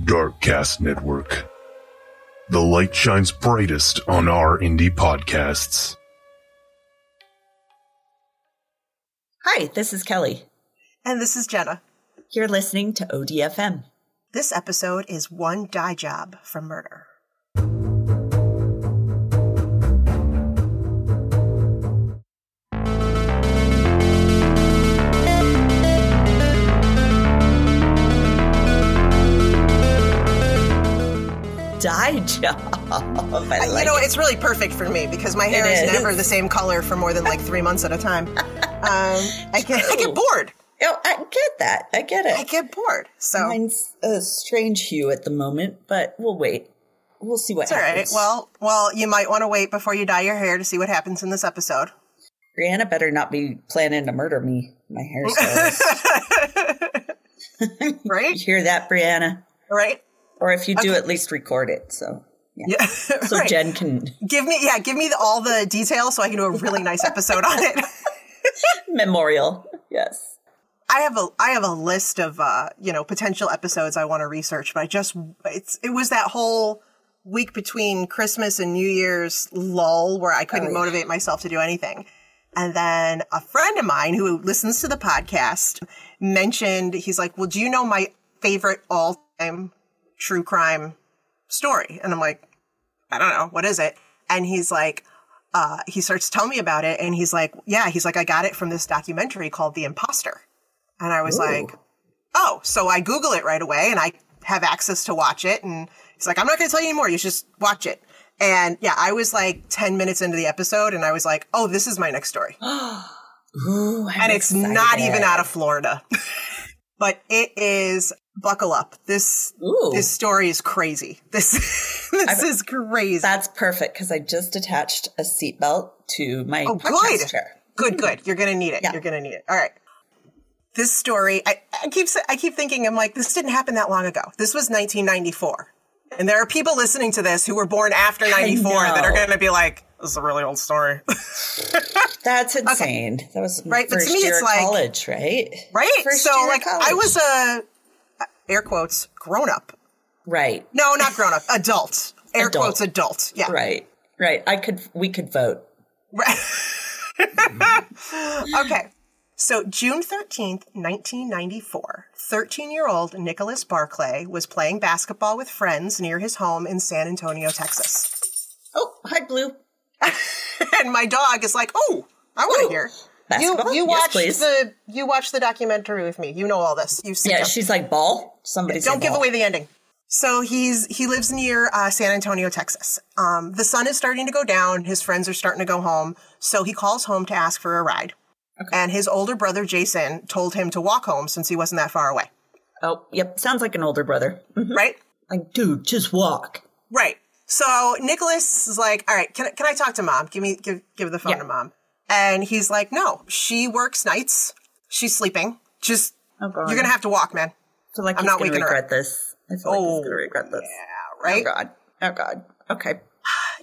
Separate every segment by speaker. Speaker 1: Darkcast Network. The light shines brightest on our indie podcasts.
Speaker 2: Hi, this is Kelly.
Speaker 3: And this is Jenna.
Speaker 2: You're listening to ODFM.
Speaker 3: This episode is One Die Job from Murder.
Speaker 2: Die job. I
Speaker 3: Uh,
Speaker 2: like
Speaker 3: you know,
Speaker 2: it.
Speaker 3: it's really perfect for me because my hair
Speaker 2: It
Speaker 3: is,
Speaker 2: is.
Speaker 3: never the same color for more than like three months at a time. Um, I, get, I get bored.
Speaker 2: Oh, I get that. I get
Speaker 3: I
Speaker 2: it.
Speaker 3: get bored. So
Speaker 2: Mine's a strange hue at the moment, but we'll wait. We'll see what
Speaker 3: it's all right.
Speaker 2: happens.
Speaker 3: Well, well, you might want to wait before you dye your hair to see what happens in this episode.
Speaker 2: Rihanna better not be planning to murder me. My hairstylist. you
Speaker 3: right?
Speaker 2: hear that, Brianna?
Speaker 3: Right?
Speaker 2: Or if you do, at least record it. So, yeah.
Speaker 3: Yeah.
Speaker 2: So
Speaker 3: right.
Speaker 2: Jen can
Speaker 3: give me yeah, give me the, all the details so I can do a really nice episode on it.
Speaker 2: memorial. Yes.
Speaker 3: I have a I have a list of uh, you know potential episodes I want to research, but I just it's it was that whole week between Christmas and New Year's lull where I couldn't motivate myself to do anything. And then a friend of mine who listens to the podcast mentioned he's like, "Well, do you know my favorite all-time true crime story?" And I'm like, I don't know. What is it? And he's like, uh, he starts telling me about it. And he's like, yeah, he's like, I got it from this documentary called The Imposter. And I was like, oh, so I Google it right away and I have access to watch it. And he's like, I'm not going to tell you anymore. You should just watch it. And yeah, I was like 10 minutes into the episode and I was like, oh, this is my next story.
Speaker 2: Ooh, I'm
Speaker 3: and it's not even
Speaker 2: excited.
Speaker 3: out of Florida, but it is buckle up. This,
Speaker 2: Ooh.
Speaker 3: this story is crazy. This, this is crazy.
Speaker 2: That's perfect because I just attached a seatbelt to my
Speaker 3: Oh,
Speaker 2: podcast
Speaker 3: good.
Speaker 2: chair.
Speaker 3: Good, good. You're gonna need it.
Speaker 2: Hmm. Yeah.
Speaker 3: You're gonna need it. All right. This story, I, I keep, sa- I keep thinking, I'm like, this didn't happen that long ago. This was 1994, and there are people listening to this who were born after 94 that are
Speaker 2: know.
Speaker 3: gonna be like, this is a really old story,
Speaker 2: That's insane. That was my
Speaker 3: Right, but to
Speaker 2: First
Speaker 3: me,
Speaker 2: year
Speaker 3: it's
Speaker 2: of
Speaker 3: like-
Speaker 2: college, right?
Speaker 3: right?
Speaker 2: First
Speaker 3: so,
Speaker 2: year of
Speaker 3: like, I
Speaker 2: college.
Speaker 3: was a air quotes grown up.
Speaker 2: right,
Speaker 3: No, not grown up. Adult. Air
Speaker 2: Adult.
Speaker 3: quotes adult. Yeah.
Speaker 2: right, right. I could, we could vote.
Speaker 3: okay. So, June 13th, 1994, 13 year old Nicholas Barclay was playing basketball with friends near his home in San Antonio, Texas.
Speaker 2: Oh, hi, Blue.
Speaker 3: And my dog is like, Oh, I want to hear.
Speaker 2: Basketball?
Speaker 3: You, you
Speaker 2: Yes,
Speaker 3: watched
Speaker 2: please.
Speaker 3: the you watched the documentary with me. You know all this. You
Speaker 2: Yeah,
Speaker 3: yeah,
Speaker 2: she's like ball. Somebody say
Speaker 3: don't give
Speaker 2: ball.
Speaker 3: away the ending. So he's he lives near uh, San Antonio, Texas. Um, the sun is starting to go down. His friends are starting to go home. So he calls home to ask for a ride. And his older brother Jason told him to walk home since he wasn't that far away.
Speaker 2: Oh, yep. Sounds like an older brother. Mhm.
Speaker 3: Right?
Speaker 2: Like, dude, just walk.
Speaker 3: Right. So Nicholas is like, "All right, can I- can I talk to mom? Give me give give the phone
Speaker 2: Yeah.
Speaker 3: to mom." And he's like, "No, she works nights. She's sleeping. Just
Speaker 2: Oh god,
Speaker 3: you're gonna have to walk, man."
Speaker 2: I feel like
Speaker 3: I'm
Speaker 2: he's
Speaker 3: not
Speaker 2: gonna
Speaker 3: waking her up. Oh,
Speaker 2: regret this. I feel like he's gonna regret this.
Speaker 3: Yeah, right.
Speaker 2: Oh god. Oh god. Okay.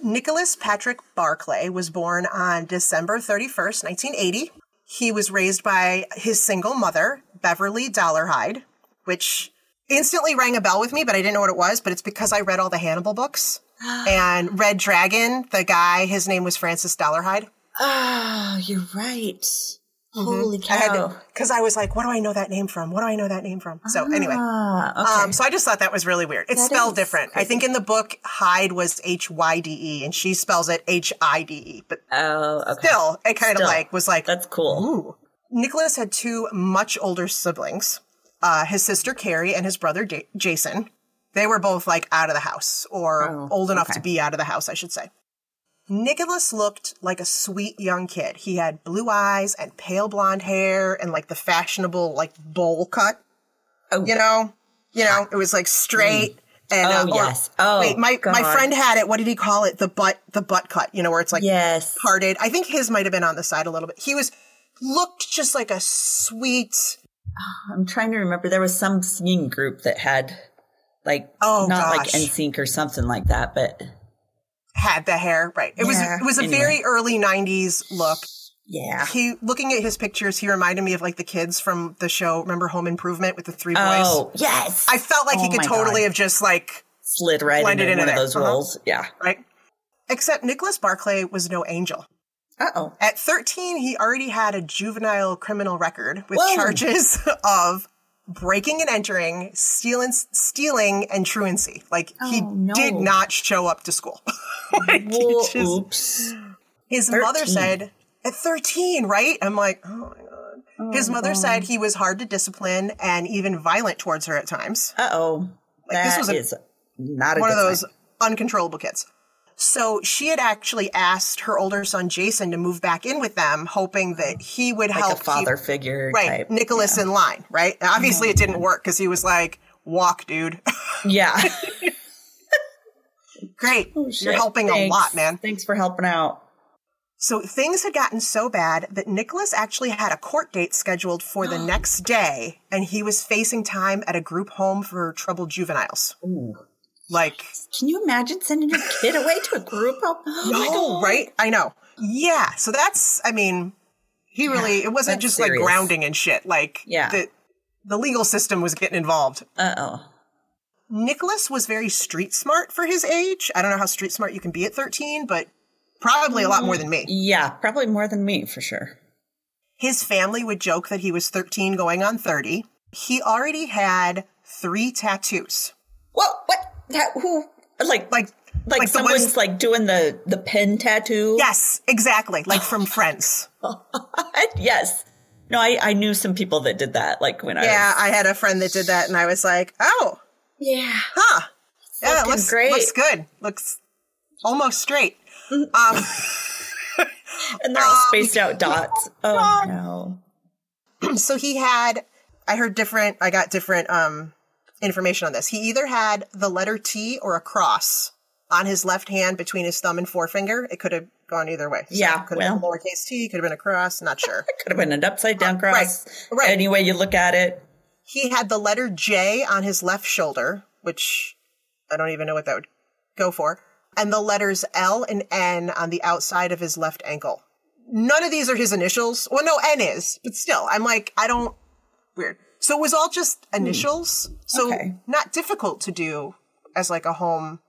Speaker 3: Nicholas Patrick Barclay was born on December 31st, 1980. He was raised by his single mother, Beverly Dollarhide, which instantly rang a bell with me, but I didn't know what it was. But it's because I read all the Hannibal books and Red Dragon, the guy, his name was Francis Dollarhide.
Speaker 2: Ah, you're right. Holy cow.
Speaker 3: I had to, because I was like, what do I know that name from? What do I know that name from? So, anyway.
Speaker 2: Ah,
Speaker 3: Um, so I just thought that was really weird. It's spelled
Speaker 2: is
Speaker 3: different. I think in the book, Hyde was H Y D E, and she spells it H I D E. But
Speaker 2: okay. Oh, okay.
Speaker 3: still, it kind
Speaker 2: Still.
Speaker 3: of like was like
Speaker 2: That's cool.
Speaker 3: ooh. Nicholas had two much older siblings, uh, his sister Carrie and his brother Ja- Jason. They were both like out of the house or
Speaker 2: Oh,
Speaker 3: old enough
Speaker 2: okay.
Speaker 3: to be out of the house, I should say. Nicholas looked like a sweet young kid. He had blue eyes and pale blonde hair and like the fashionable like bowl cut.
Speaker 2: Oh.
Speaker 3: you know, you know, it was like straight. And,
Speaker 2: Oh,
Speaker 3: uh, or-
Speaker 2: yes. Oh,
Speaker 3: wait, my my
Speaker 2: God.
Speaker 3: friend had it. What did he call it? The butt the butt cut. You know, where it's like
Speaker 2: Yes.
Speaker 3: parted. I think his might have been on the side a little bit. He was looked just like a sweet.
Speaker 2: I'm trying to remember. There was some singing group that had like
Speaker 3: Oh,
Speaker 2: not
Speaker 3: gosh.
Speaker 2: like NSYNC or something like that, but
Speaker 3: Had the hair right. It was
Speaker 2: Yeah,
Speaker 3: it was a
Speaker 2: anyway.
Speaker 3: very early '90s look.
Speaker 2: Yeah.
Speaker 3: He looking at his pictures, he reminded me of like the kids from the show. Remember Home Improvement with the three boys?
Speaker 2: Oh, yes.
Speaker 3: I felt like he
Speaker 2: Oh
Speaker 3: could
Speaker 2: my
Speaker 3: totally
Speaker 2: God.
Speaker 3: have just like
Speaker 2: slid right
Speaker 3: blended
Speaker 2: into, one
Speaker 3: into there.
Speaker 2: of those
Speaker 3: Uh-huh.
Speaker 2: roles. Yeah.
Speaker 3: right. Except Nicholas Barclay was no angel.
Speaker 2: Uh oh.
Speaker 3: At 13, he already had a juvenile criminal record with
Speaker 2: Whoa.
Speaker 3: charges of breaking and entering, stealing, stealing, and truancy. Like he
Speaker 2: Oh, no.
Speaker 3: did not show up to school. Like, he
Speaker 2: Well,
Speaker 3: just-
Speaker 2: oops.
Speaker 3: his mother
Speaker 2: 13.
Speaker 3: said at 13, right? I'm like, oh my god. his mother said he was hard to discipline and even violent towards her at times.
Speaker 2: Uh oh.
Speaker 3: Like, this
Speaker 2: That
Speaker 3: was a-
Speaker 2: is not a
Speaker 3: One
Speaker 2: good
Speaker 3: of those
Speaker 2: sign.
Speaker 3: uncontrollable kids. So she had actually asked her older son Jason to move back in with them, hoping that he would
Speaker 2: Like
Speaker 3: help
Speaker 2: a
Speaker 3: keep-
Speaker 2: father figure
Speaker 3: right
Speaker 2: type.
Speaker 3: Nicholas in line, right? And Obviously, it didn't work because he was like, "Walk, dude.
Speaker 2: Yeah.
Speaker 3: Great, you're
Speaker 2: Oh, Shit.
Speaker 3: helping a
Speaker 2: Thanks.
Speaker 3: lot, man."
Speaker 2: Thanks for helping out.
Speaker 3: So things had gotten so bad that Nicholas actually had a court date scheduled for the next day, and he was facing time at a group home for troubled juveniles. Like,
Speaker 2: Can you imagine sending your kid away to a group? Oh, oh my
Speaker 3: no,
Speaker 2: God.
Speaker 3: right? I know. Yeah. So that's, I mean, he really it wasn't
Speaker 2: that's
Speaker 3: just like
Speaker 2: serious.
Speaker 3: grounding and shit. Like,
Speaker 2: Yeah.
Speaker 3: the, the legal system was getting involved.
Speaker 2: Uh oh.
Speaker 3: Nicholas was very street smart for his age. I don't know how street smart you can be at 13, but probably a lot more than me.
Speaker 2: Yeah, probably more than me for sure.
Speaker 3: His family would joke that he was 13 going on 30. He already had three tattoos.
Speaker 2: Well, what? That, who? Like, like,
Speaker 3: Like,
Speaker 2: like,
Speaker 3: like the
Speaker 2: someone's
Speaker 3: ones-
Speaker 2: like doing the the pen tattoo.
Speaker 3: yes, exactly. Like from Friends.
Speaker 2: yes. No, I I knew some people that did that. Like when
Speaker 3: Yeah,
Speaker 2: I was,
Speaker 3: I had a friend that did that, and I was like, oh,
Speaker 2: yeah.
Speaker 3: huh. Yeah, it
Speaker 2: Looking
Speaker 3: looks
Speaker 2: great.
Speaker 3: Looks good. Looks almost straight.
Speaker 2: And they're
Speaker 3: Um,
Speaker 2: all spaced out dots. Oh no.
Speaker 3: so he had i heard different i got different um information on this he either had the letter t or a cross on his left hand between his thumb and forefinger it could have gone either way So
Speaker 2: Yeah,
Speaker 3: it could
Speaker 2: well.
Speaker 3: have been a lowercase t could have been a cross not sure
Speaker 2: Could have been an upside down cross.
Speaker 3: right, right.
Speaker 2: Any way you look at it.
Speaker 3: he had the letter j on his left shoulder which i don't even know what that would go for and the letters l and n on the outside of his left ankle none of these are his initials well no n is but still i'm like i don't weird. So it was all just initials. So
Speaker 2: Hmm. Okay.
Speaker 3: not difficult to do as like a home.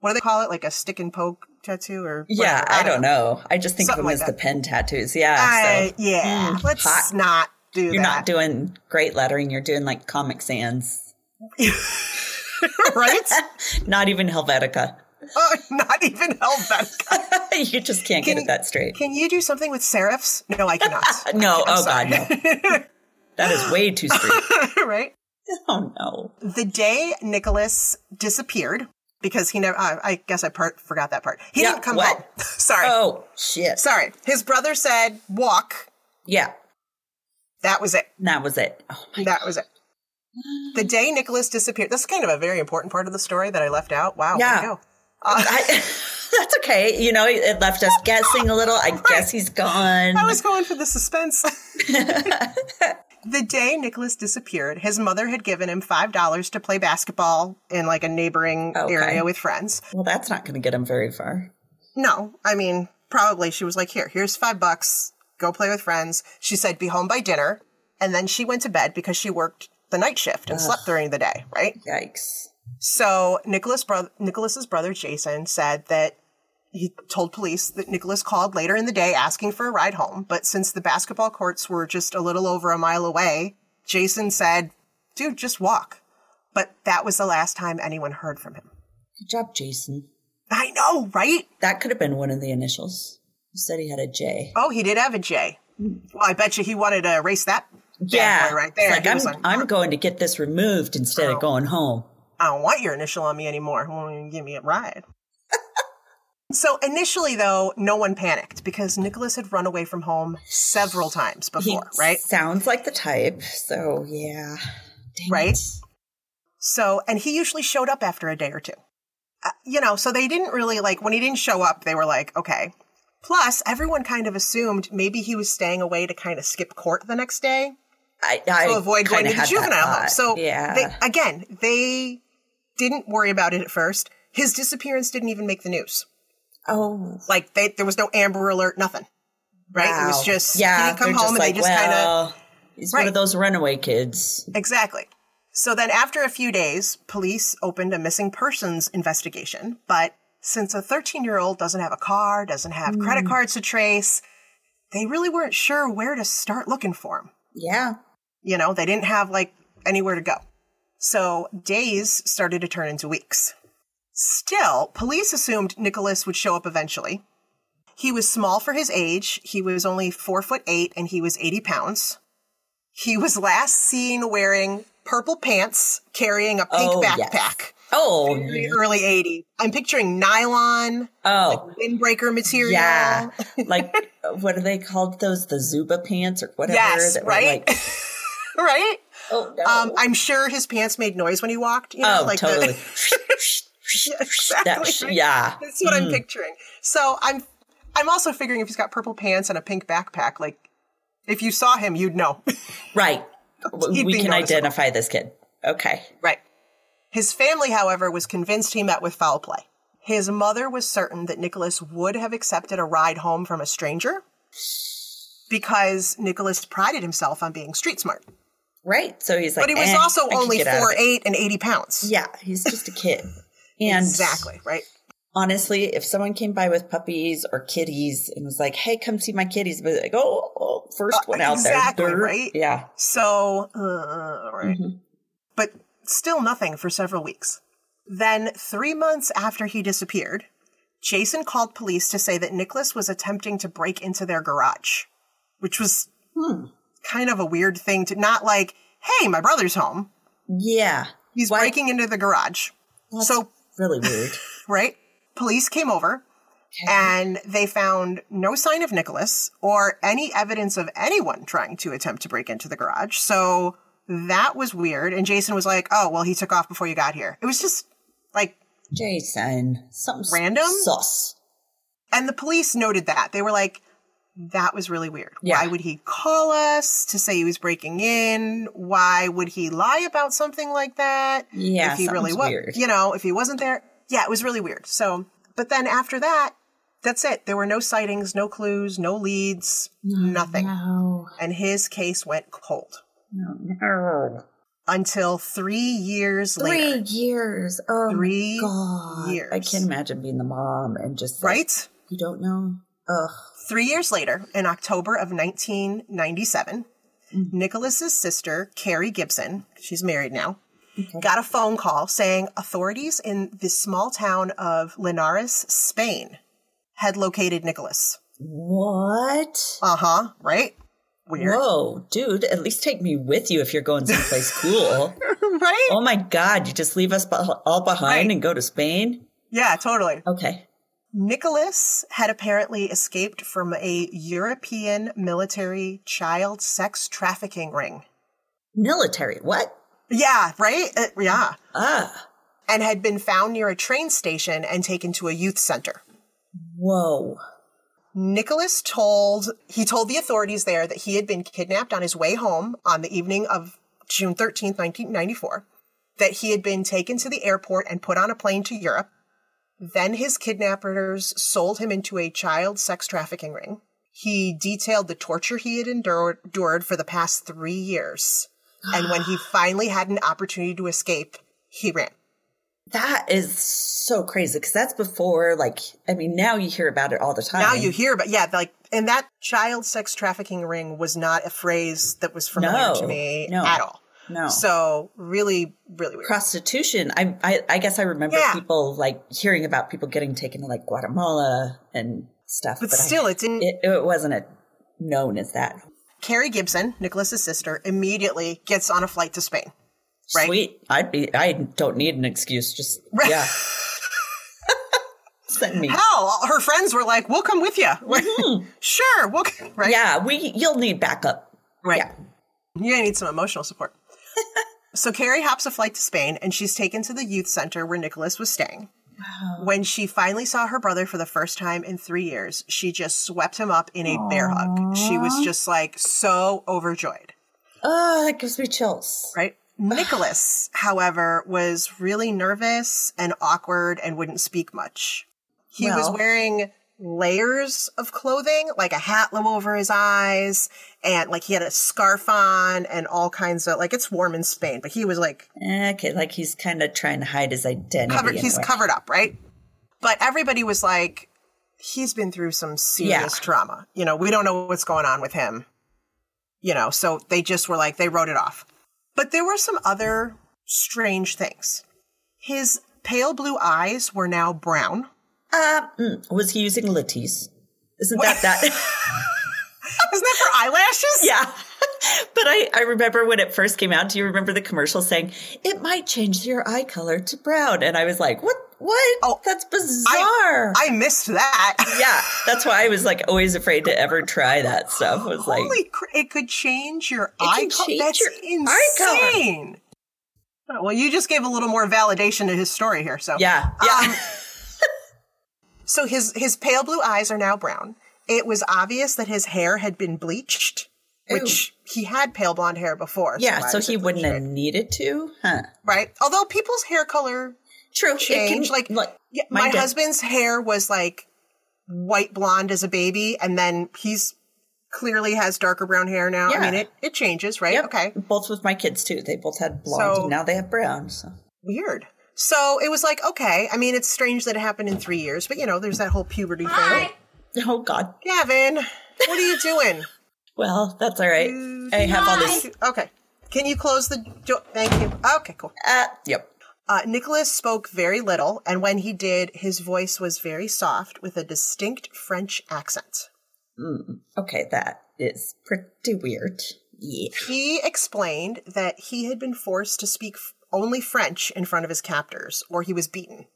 Speaker 3: What do they call it? Like a stick and poke tattoo or
Speaker 2: Yeah,
Speaker 3: whatever.
Speaker 2: I don't know. I just think of
Speaker 3: Something
Speaker 2: them
Speaker 3: like
Speaker 2: as the
Speaker 3: that.
Speaker 2: pen tattoos. Yeah.
Speaker 3: I-
Speaker 2: so
Speaker 3: yeah, let's
Speaker 2: Hmm, hot.
Speaker 3: not do
Speaker 2: you're not
Speaker 3: that.
Speaker 2: doing great lettering. You're doing like Comic Sans.
Speaker 3: right?
Speaker 2: Not even Helvetica.
Speaker 3: oh, not even Helvetica.
Speaker 2: you just can't get
Speaker 3: Can
Speaker 2: it that straight.
Speaker 3: Can you do something with serifs? No, I cannot.
Speaker 2: No, oh god, no. that is way too straight.
Speaker 3: right?
Speaker 2: Oh no.
Speaker 3: The day Nicholas disappeared because he never. Uh, I guess I part forgot that part. He
Speaker 2: Yeah,
Speaker 3: didn't come
Speaker 2: what?
Speaker 3: home. Sorry,
Speaker 2: Oh shit.
Speaker 3: sorry. His brother said walk.
Speaker 2: Yeah.
Speaker 3: That was it.
Speaker 2: That was it. Oh my
Speaker 3: That was it. The day Nicholas disappeared. That's kind of a very important part of the story that I left out. Wow. way to
Speaker 2: Yeah.
Speaker 3: go.
Speaker 2: I, that's okay. You know, it, it left us guessing a little. I guess he's gone.
Speaker 3: I was going for the suspense. the day Nicholas disappeared, his mother had given him $5 to play basketball in like a neighboring
Speaker 2: Okay.
Speaker 3: area with friends.
Speaker 2: well, that's not going to get him very far.
Speaker 3: No, I mean, probably she was like, here, here's five bucks. Go play with friends. She said, be home by dinner. And then she went to bed because she worked the night shift and slept during the day, right?
Speaker 2: Yikes.
Speaker 3: So Nicholas bro- Nicholas's brother Jason said that he told police that Nicholas called later in the day asking for a ride home, but since the basketball courts were just a little over a mile away, Jason said, "Dude, just walk." But that was the last time anyone heard from him.
Speaker 2: Good job, Jason.
Speaker 3: I know, right?
Speaker 2: That could have been one of the initials. You said he had a J.
Speaker 3: Oh, he did have a J. Well, I bet you he wanted to erase that. bad boy right there.
Speaker 2: It's like,
Speaker 3: He
Speaker 2: I'm,
Speaker 3: was like, Oh.
Speaker 2: I'm going to get this removed instead of going home.
Speaker 3: I don't want your initial on me anymore. Who won't even give me a ride? so initially, though, no one panicked because Nicholas had run away from home several times
Speaker 2: He
Speaker 3: before, right?
Speaker 2: sounds like the type. So, yeah. Dang it.
Speaker 3: Right? So, and he usually showed up after a day or two. Uh, you know, so they didn't really like when he didn't show up, they were like, okay. Plus, everyone kind of assumed maybe he was staying away to kind of skip court the next day
Speaker 2: I, I
Speaker 3: to avoid going
Speaker 2: kinda
Speaker 3: to the
Speaker 2: had that
Speaker 3: juvenile home.
Speaker 2: thought.
Speaker 3: So,
Speaker 2: yeah.
Speaker 3: they, again, they didn't worry about it at first. His disappearance didn't even make the news.
Speaker 2: oh,
Speaker 3: Like they, there was no Amber Alert, nothing. right? It was
Speaker 2: Wow.
Speaker 3: just
Speaker 2: yeah.
Speaker 3: he'd come
Speaker 2: they're
Speaker 3: home and
Speaker 2: like,
Speaker 3: they just kind of
Speaker 2: well, he's one
Speaker 3: Right.
Speaker 2: of those runaway kids.
Speaker 3: Exactly. So then, after a few days, police opened a missing persons investigation. But since a 13 year old doesn't have a car, doesn't have credit
Speaker 2: Hmm.
Speaker 3: cards to trace, they really weren't sure where to start looking for him.
Speaker 2: Yeah.
Speaker 3: You know, they didn't have like anywhere to go. So days started to turn into weeks. Still, police assumed Nicholas would show up eventually. He was small for his age. He was only four foot eight and he was 80 pounds. He was last seen wearing purple pants, carrying a pink
Speaker 2: Oh, yes.
Speaker 3: backpack.
Speaker 2: Oh.
Speaker 3: In the early 80s. I'm picturing nylon,
Speaker 2: Oh.
Speaker 3: windbreaker material.
Speaker 2: Yeah. like what are they called? Those the Zuba pants or whatever.
Speaker 3: Yes,
Speaker 2: that were
Speaker 3: right?
Speaker 2: like-
Speaker 3: right?
Speaker 2: oh no.
Speaker 3: Um, I'm sure his pants made noise when he walked. You know,
Speaker 2: oh,
Speaker 3: like the-
Speaker 2: totally. That-
Speaker 3: exactly.
Speaker 2: yeah.
Speaker 3: That's what I'm picturing. So I'm I'm also figuring if he's got purple pants and a pink backpack, like if you saw him, you'd know.
Speaker 2: Right.
Speaker 3: He'd
Speaker 2: we
Speaker 3: be
Speaker 2: can
Speaker 3: noticeable.
Speaker 2: identify this kid. Okay.
Speaker 3: right. His family, however, was convinced he met with foul play. His mother was certain that Nicholas would have accepted a ride home from a stranger because Nicholas prided himself on being street smart.
Speaker 2: Right. So he's like,
Speaker 3: But he was
Speaker 2: "Eh, I
Speaker 3: also
Speaker 2: can
Speaker 3: only
Speaker 2: get out of
Speaker 3: four
Speaker 2: it."
Speaker 3: eight and eighty pounds.
Speaker 2: Yeah, he's just a kid. And
Speaker 3: Exactly, right?
Speaker 2: honestly, if someone came by with puppies or kitties and was like, "Hey, come see my kitties," but like, "Oh, oh, first
Speaker 3: Uh,
Speaker 2: one out
Speaker 3: exactly,
Speaker 2: there, Brr.
Speaker 3: right?
Speaker 2: Yeah,
Speaker 3: So, uh, right. But still nothing for several weeks. Then, three months after he disappeared, Jason called police to say that Nicholas was attempting to break into their garage, which was kind of a weird thing to not like, hey, my brother's home.
Speaker 2: yeah,
Speaker 3: He's
Speaker 2: Why-
Speaker 3: breaking into the garage. so,
Speaker 2: really weird.
Speaker 3: right? Police came over and they found no sign of Nicholas or any evidence of anyone trying to attempt to break into the garage. So that was weird. And Jason was like, oh, well, he took off before you got here. It was just like,
Speaker 2: Jason, something s-
Speaker 3: Random?
Speaker 2: sus.
Speaker 3: and the police noted that. They were like, that was really weird.
Speaker 2: Yeah.
Speaker 3: Why would he call us to say he was breaking in? Why would he lie about something like that?
Speaker 2: Yeah,
Speaker 3: if he really
Speaker 2: something's
Speaker 3: was,
Speaker 2: weird.
Speaker 3: you know, if he wasn't there. Yeah, it was really weird. So, but then after that, that's it. There were no sightings, no clues, no leads,
Speaker 2: Mm-hmm.
Speaker 3: nothing.
Speaker 2: No,
Speaker 3: And his case went cold
Speaker 2: no, no.
Speaker 3: until three years later.
Speaker 2: Three years. Oh,
Speaker 3: Three
Speaker 2: my God.
Speaker 3: years.
Speaker 2: I can't imagine being the mom and just like,
Speaker 3: Right?
Speaker 2: You don't know. Ugh.
Speaker 3: Three years later, in October of 1997, Nicholas's sister, Carrie Gibson, she's married now, got a phone call saying authorities in the small town of Linares, Spain, had located Nicholas.
Speaker 2: What?
Speaker 3: Uh huh. Right? Weird.
Speaker 2: Whoa, dude, at least take me with you if you're going someplace cool.
Speaker 3: right?
Speaker 2: Oh my God, you just leave us beh- all behind
Speaker 3: Right.
Speaker 2: and go to Spain?
Speaker 3: Yeah, totally.
Speaker 2: Okay.
Speaker 3: Nicholas had apparently escaped from a European military child sex trafficking ring.
Speaker 2: Military, what?
Speaker 3: Yeah, right? Uh, yeah.
Speaker 2: Ah,
Speaker 3: And had been found near a train station and taken to a youth center.
Speaker 2: whoa.
Speaker 3: Nicholas told he told the authorities there that he had been kidnapped on his way home on the evening of June 13th, 1994, that he had been taken to the airport and put on a plane to Europe. Then his kidnappers sold him into a child sex trafficking ring. He detailed the torture he had endured, endured for the past 3 years. And when he finally had an opportunity to escape, he ran.
Speaker 2: That is so crazy because that's before, like, I mean, now you hear about it all the time.
Speaker 3: Now you hear about yeah, like and that child sex trafficking ring was not a phrase that was familiar
Speaker 2: No,
Speaker 3: to me
Speaker 2: no.
Speaker 3: at all.
Speaker 2: No.
Speaker 3: So really, really weird.
Speaker 2: prostitution. I, I, I guess I remember
Speaker 3: Yeah.
Speaker 2: people, like, hearing about people getting taken to, like, Guatemala and stuff.
Speaker 3: but,
Speaker 2: I-
Speaker 3: still, it didn't.
Speaker 2: it, it wasn't a, known as that.
Speaker 3: Carrie Gibson, Nicholas's sister, immediately gets on a flight to Spain. Right?
Speaker 2: Sweet. I'd be. I don't need an excuse. Just yeah. Send me.
Speaker 3: Hell, all her friends were like, "We'll come with you."
Speaker 2: Mm-hmm.
Speaker 3: sure, we'll c- right,
Speaker 2: Yeah, we. You'll need backup.
Speaker 3: right.
Speaker 2: Yeah.
Speaker 3: You're gonna need some emotional support. so Carrie hops a flight to Spain, and she's taken to the youth center where Nicholas was staying. When she finally saw her brother for the first time in three years, she just swept him up in a bear hug. She was just like so overjoyed.
Speaker 2: Oh, that gives me chills.
Speaker 3: right? Nicholas, however, was really nervous and awkward and wouldn't speak much. He was
Speaker 2: Well.
Speaker 3: wearing layers of clothing, like a hat low over his eyes, and like he had a scarf on, and all kinds of like it's warm in Spain, but he was like
Speaker 2: Okay, like he's kind of trying to hide his identity.
Speaker 3: covered.
Speaker 2: in a
Speaker 3: He's
Speaker 2: way.
Speaker 3: covered up, right? But everybody was like, he's been through some serious
Speaker 2: Yeah.
Speaker 3: trauma. You know, we don't know what's going on with him. You know, so they just were like, they wrote it off. But there were some other strange things. His pale blue eyes were now brown.
Speaker 2: Uh, mm, was he using Latisse? Isn't that that?
Speaker 3: Isn't that for eyelashes?
Speaker 2: yeah. But I, I remember when it first came out. Do you remember the commercial saying it might change your eye color to brown? And I was like, what? What?
Speaker 3: Oh,
Speaker 2: that's bizarre.
Speaker 3: I, I missed that.
Speaker 2: yeah, that's why I was like always afraid to ever try that stuff. I was like,
Speaker 3: Holy cr- it could change your eye
Speaker 2: can
Speaker 3: color.
Speaker 2: change
Speaker 3: That's
Speaker 2: your eye color.
Speaker 3: insane. Oh, Well, you just gave a little more validation to his story here. So
Speaker 2: yeah, yeah.
Speaker 3: Um, so his his pale blue eyes are now brown. It was obvious that his hair had been bleached, which he had pale blonde hair before.
Speaker 2: Yeah,
Speaker 3: why
Speaker 2: so
Speaker 3: was
Speaker 2: he
Speaker 3: it
Speaker 2: wouldn't
Speaker 3: bleached,
Speaker 2: have needed to, huh?
Speaker 3: right? Right. Although people's hair color
Speaker 2: True. it can-
Speaker 3: change, like, yeah,
Speaker 2: mine
Speaker 3: my
Speaker 2: did.
Speaker 3: husband's hair was like white blonde as a baby, and then he's clearly has darker brown hair now. I
Speaker 2: Yeah.
Speaker 3: mean, it it changes, right?
Speaker 2: Yep.
Speaker 3: Okay,
Speaker 2: Both with my kids too. They both had blonde.
Speaker 3: So-
Speaker 2: and now they have brown. So
Speaker 3: weird. So it was like, okay. I mean, it's strange that it happened in three years, but you know, there's that whole puberty thing.
Speaker 2: oh god.
Speaker 3: Gavin, what are you doing?
Speaker 2: Well, that's all right.
Speaker 3: Mm,
Speaker 2: I have all this.
Speaker 3: Okay. Can you close the door? Thank you. Okay, cool.
Speaker 2: Uh, yep.
Speaker 3: Uh, Nicholas spoke very little, and when he did, his voice was very soft with a distinct French accent.
Speaker 2: Okay, that is pretty weird. Yeah.
Speaker 3: He explained that he had been forced to speak f- only French in front of his captors, or he was beaten.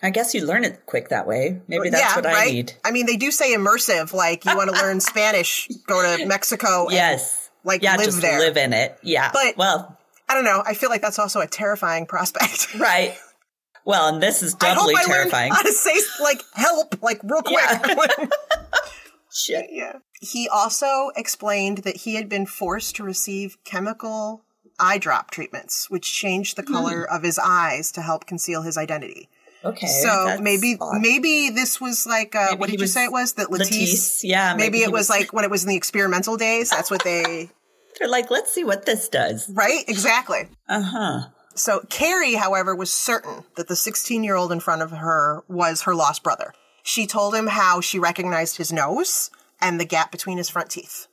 Speaker 2: I guess you learn it quick that way. Maybe that's what I
Speaker 3: right?
Speaker 2: need.
Speaker 3: I mean, they do say immersive, like you want to learn Spanish, go to Mexico. and-
Speaker 2: Yes.
Speaker 3: like,
Speaker 2: yeah,
Speaker 3: live
Speaker 2: just
Speaker 3: there.
Speaker 2: live in it. Yeah.
Speaker 3: But-
Speaker 2: well,
Speaker 3: I don't know. I feel like that's also a terrifying prospect.
Speaker 2: right. Well, and this is
Speaker 3: I hope
Speaker 2: doubly
Speaker 3: I
Speaker 2: terrifying.
Speaker 3: learned how to say like help, like real quick.
Speaker 2: Shit.
Speaker 3: Yeah. He also explained that he had been forced to receive chemical eye drop treatments, which changed
Speaker 2: Hmm.
Speaker 3: the color of his eyes to help conceal his identity.
Speaker 2: Okay.
Speaker 3: so
Speaker 2: Eh, that's
Speaker 3: maybe
Speaker 2: odd.
Speaker 3: maybe this was like uh,
Speaker 2: Maybe
Speaker 3: what
Speaker 2: he
Speaker 3: did you
Speaker 2: was
Speaker 3: say it was that Latisse?
Speaker 2: Latisse. Yeah.
Speaker 3: Maybe,
Speaker 2: he
Speaker 3: it was, like when it was in the experimental days. That's what they
Speaker 2: They're like, let's see what this does.
Speaker 3: right exactly.
Speaker 2: Uh huh.
Speaker 3: So Carrie, however, was certain that the 16 year old in front of her was her lost brother. She told him how she recognized his nose and the gap between his front teeth.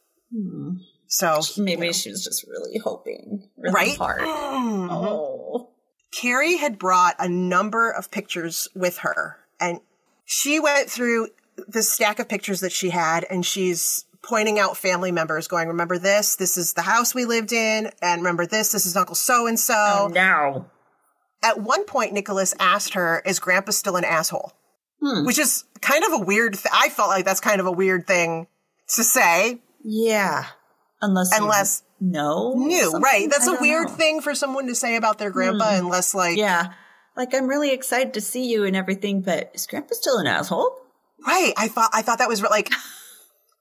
Speaker 3: So
Speaker 2: Maybe she was just really hoping really
Speaker 3: Right?
Speaker 2: hard. Oh.
Speaker 3: Carrie had brought a number of pictures with her, and she went through the stack of pictures that she had, and she's pointing out family members, going, Remember this? This is the house we lived in, and remember this? This is Uncle So and so.
Speaker 2: Now.
Speaker 3: At one point, Nicholas asked her, Is Grandpa still an asshole?
Speaker 2: Hmm.
Speaker 3: Which is kind of a weird th- I felt like that's kind of a weird thing to say.
Speaker 2: Yeah. Unless you
Speaker 3: Unless-
Speaker 2: know
Speaker 3: New,
Speaker 2: something?
Speaker 3: right? That's
Speaker 2: I
Speaker 3: a
Speaker 2: don't
Speaker 3: weird
Speaker 2: know. Hmm.
Speaker 3: thing for someone to say about their grandpa, unless, like,
Speaker 2: Yeah. Like I'm really excited to see you and everything, but is Grandpa still an asshole?
Speaker 3: Right. I thought I thought that was re- like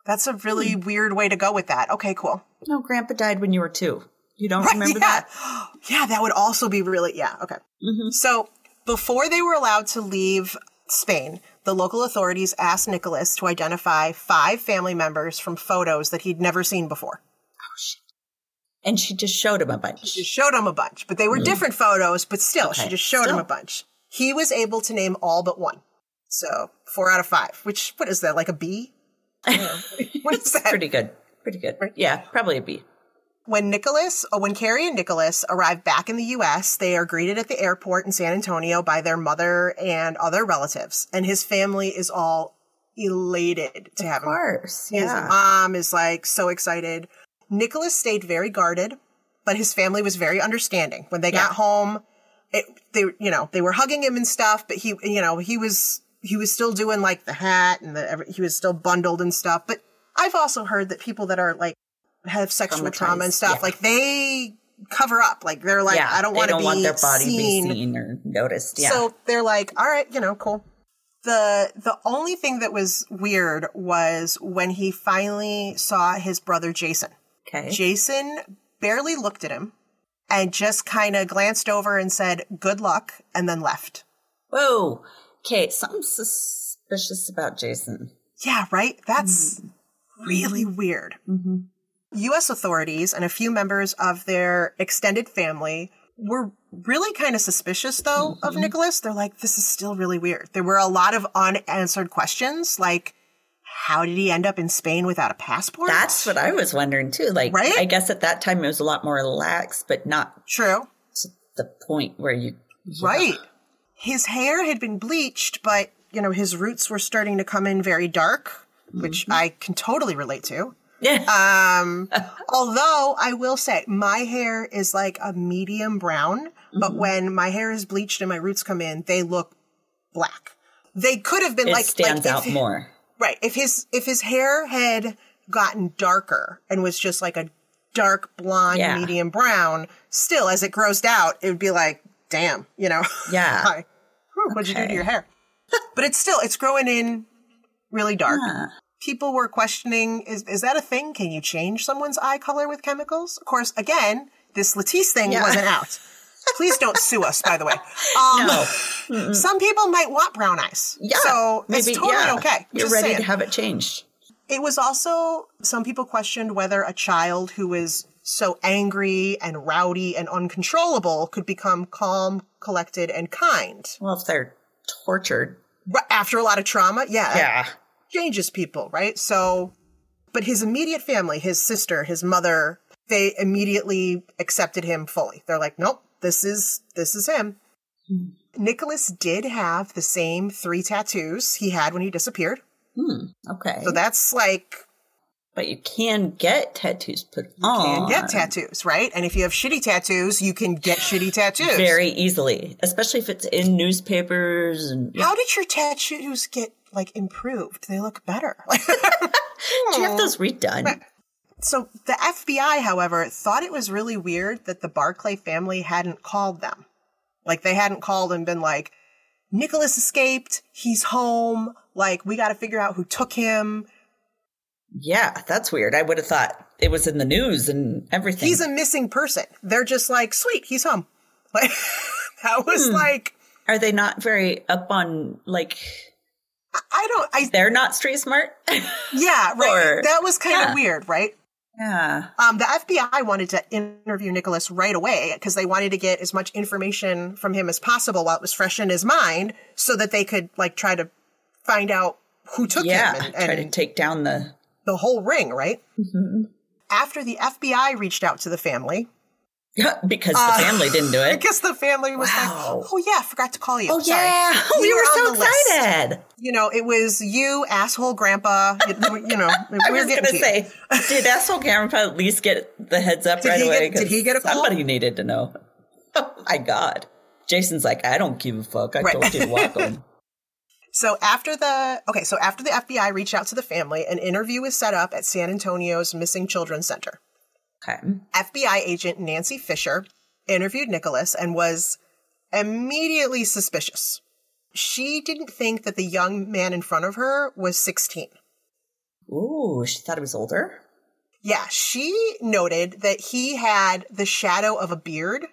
Speaker 3: that's a really
Speaker 2: Hmm.
Speaker 3: weird way to go with that. Okay, cool.
Speaker 2: No, Grandpa died when you were two. You don't remember
Speaker 3: yeah.
Speaker 2: that? Mm-hmm.
Speaker 3: Yeah, that would also be really yeah, okay. So before they were allowed to leave Spain, the local authorities asked Nicholas to identify five family members from photos that he'd never seen before.
Speaker 2: And she just showed him a bunch.
Speaker 3: She showed him a bunch, but they were different photos, but still, she
Speaker 2: Mm. Okay,
Speaker 3: just showed him
Speaker 2: still.
Speaker 3: a bunch. He was able to name all but one. So four out of five, which, what is that, like a B? I don't know. what is that?
Speaker 2: Pretty good. Pretty good. Yeah, probably a B.
Speaker 3: When Nicholas, oh, when Carrie and Nicholas arrive back in the U.S., they are greeted at the airport in San Antonio by their mother and other relatives, and his family is all elated to
Speaker 2: Of
Speaker 3: have him.
Speaker 2: course.
Speaker 3: His
Speaker 2: Yeah.
Speaker 3: mom is like so excited. Nicholas stayed very guarded, but his family was very understanding. When they got
Speaker 2: Yeah.
Speaker 3: home, it, they you know they were hugging him and stuff, but he you know he was he was still doing like the hat and the every- he was still bundled and stuff. But I've also heard that people that are like have sexual trauma and
Speaker 2: Traumatized,
Speaker 3: stuff
Speaker 2: yeah.
Speaker 3: like they cover up like they're like
Speaker 2: yeah.
Speaker 3: I don't
Speaker 2: they
Speaker 3: want to
Speaker 2: don't
Speaker 3: be
Speaker 2: want their body
Speaker 3: seen.
Speaker 2: to be seen or noticed. Yeah.
Speaker 3: So they're like, all right, you know, cool. The the only thing that was weird was when he finally saw his brother Jason.
Speaker 2: okay.
Speaker 3: Jason barely looked at him and just kind of glanced over and said, "Good luck," and then left.
Speaker 2: Whoa. Okay, something sus- suspicious about Jason.
Speaker 3: Yeah, right? That's really weird. U.S. authorities and a few members of their extended family were really kind of suspicious, though, of Nicholas. They're like, this is still really weird. There were a lot of unanswered questions, like, how did he end up in Spain without a passport?
Speaker 2: That's what I was wondering too. Like,
Speaker 3: Right?
Speaker 2: I guess at that time it was a lot more lax, but not
Speaker 3: true.
Speaker 2: to the point where you.
Speaker 3: Right. His hair had been bleached, but, you know, his roots were starting to come in very dark, which I can totally relate to.
Speaker 2: Yeah.
Speaker 3: Um, although I will say my hair is like a medium brown,
Speaker 2: Mm-hmm.
Speaker 3: but when my hair is bleached and my roots come in, they look black. They could have been
Speaker 2: it
Speaker 3: like
Speaker 2: stands
Speaker 3: like
Speaker 2: out
Speaker 3: if,
Speaker 2: more.
Speaker 3: Right. If his if his hair had gotten darker and was just like a dark blonde,
Speaker 2: Yeah.
Speaker 3: medium brown, still as it grossed out, it would be like, damn, you know.
Speaker 2: Yeah.
Speaker 3: Hi. Whew, What'd you do to
Speaker 2: Okay.
Speaker 3: your hair? but it's still it's growing in really dark.
Speaker 2: Yeah.
Speaker 3: People were questioning is is that a thing? Can you change someone's eye color with chemicals? Of course, again, this Latisse thing
Speaker 2: Yeah.
Speaker 3: wasn't out. Please don't sue us, by the way. Um,
Speaker 2: No.
Speaker 3: Some people might want brown eyes.
Speaker 2: Yeah.
Speaker 3: So
Speaker 2: maybe,
Speaker 3: it's totally
Speaker 2: yeah.
Speaker 3: okay.
Speaker 2: You're
Speaker 3: Just
Speaker 2: ready
Speaker 3: saying.
Speaker 2: to have it changed.
Speaker 3: It was also some people questioned whether a child who was so angry and rowdy and uncontrollable could become calm, collected, and kind
Speaker 2: Well, if they're tortured.
Speaker 3: R- after a lot of trauma. Yeah,
Speaker 2: Yeah.
Speaker 3: it changes people, right? So, but his immediate family, his sister, his mother, they immediately accepted him fully. They're like, nope, this is this is him. Nicholas did have the same three tattoos he had when he disappeared.
Speaker 2: Hmm. Okay.
Speaker 3: So that's like
Speaker 2: but you can get tattoos put
Speaker 3: can
Speaker 2: on.
Speaker 3: get tattoos, right? And if you have shitty tattoos, you can get shitty tattoos.
Speaker 2: very easily, especially if it's in newspapers and
Speaker 3: How did your tattoos get like improved? They look better.
Speaker 2: do you have those redone?
Speaker 3: so the FBI, however, thought it was really weird that the Barclay family hadn't called them. Like they hadn't called and been like, Nicholas escaped, he's home, like we gotta figure out who took him.
Speaker 2: Yeah, that's weird. I would have thought it was in the news and everything.
Speaker 3: He's a missing person. They're just like, sweet, he's home. Like that was like
Speaker 2: Are they not very up on like
Speaker 3: I- I don't I
Speaker 2: they're not street smart?
Speaker 3: yeah, right.
Speaker 2: Or-
Speaker 3: that was kind of
Speaker 2: yeah.
Speaker 3: weird, right?
Speaker 2: yeah.
Speaker 3: Um, the FBI wanted to interview Nicholas right away because they wanted to get as much information from him as possible while it was fresh in his mind, so that they could like try to find out who took
Speaker 2: Yeah.
Speaker 3: him and,
Speaker 2: Try to
Speaker 3: and
Speaker 2: take Mm-hmm. down the
Speaker 3: the whole ring, right? After the FBI reached out to the family,
Speaker 2: because
Speaker 3: Ah.
Speaker 2: the family didn't do
Speaker 3: I
Speaker 2: it.
Speaker 3: guess the family was
Speaker 2: Wow.
Speaker 3: like, "Oh yeah, I forgot to call you.
Speaker 2: Oh
Speaker 3: Sorry.
Speaker 2: yeah.
Speaker 3: You
Speaker 2: we were
Speaker 3: on
Speaker 2: so
Speaker 3: the list.
Speaker 2: excited.
Speaker 3: You know, it was you, asshole grandpa. You, you know,
Speaker 2: I
Speaker 3: we were
Speaker 2: was
Speaker 3: getting
Speaker 2: gonna
Speaker 3: to you.
Speaker 2: say, did asshole grandpa at least get the heads up
Speaker 3: Did
Speaker 2: right
Speaker 3: he
Speaker 2: away?
Speaker 3: get- did
Speaker 2: 'Cause
Speaker 3: he get a call?
Speaker 2: Somebody needed to know. Oh my god. Jason's like, I don't give a fuck. I
Speaker 3: Right.
Speaker 2: told you to walk home.
Speaker 3: So after the okay, so after the FBI reached out to the family, an interview was set up at San Antonio's Missing Children Center.
Speaker 2: Okay.
Speaker 3: FBI agent Nancy Fisher interviewed Nicholas and was immediately suspicious. She didn't think that the young man in front of her was 16.
Speaker 2: Ooh, she thought he was older.
Speaker 3: Yeah, she noted that he had the shadow of a beard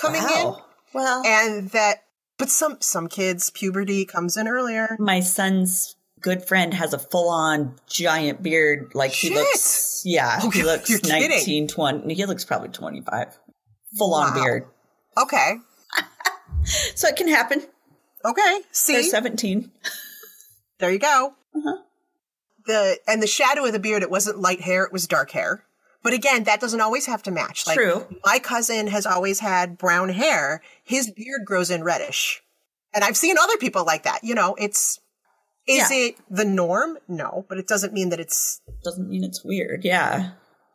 Speaker 3: coming
Speaker 2: Wow. Well,
Speaker 3: in and that but some some kids puberty comes in earlier.
Speaker 2: my son's good friend has a full on giant beard. Like he
Speaker 3: Shit.
Speaker 2: looks, yeah,
Speaker 3: Oh,
Speaker 2: he
Speaker 3: you're-
Speaker 2: looks
Speaker 3: you're kidding.
Speaker 2: 19, 20. He looks probably 25. Full on
Speaker 3: Wow.
Speaker 2: beard.
Speaker 3: Okay.
Speaker 2: So it can happen.
Speaker 3: Okay. See?
Speaker 2: They're 17.
Speaker 3: There you go.
Speaker 2: Uh-huh.
Speaker 3: The and the shadow of the beard. It wasn't light hair; it was dark hair. But again, that doesn't always have to match. Like,
Speaker 2: True.
Speaker 3: My cousin has always had brown hair. His beard grows in reddish, and I've seen other people like that. You know, it's is
Speaker 2: Yeah.
Speaker 3: it the norm? No, but it doesn't mean that it's
Speaker 2: Doesn't mean it's weird. Yeah.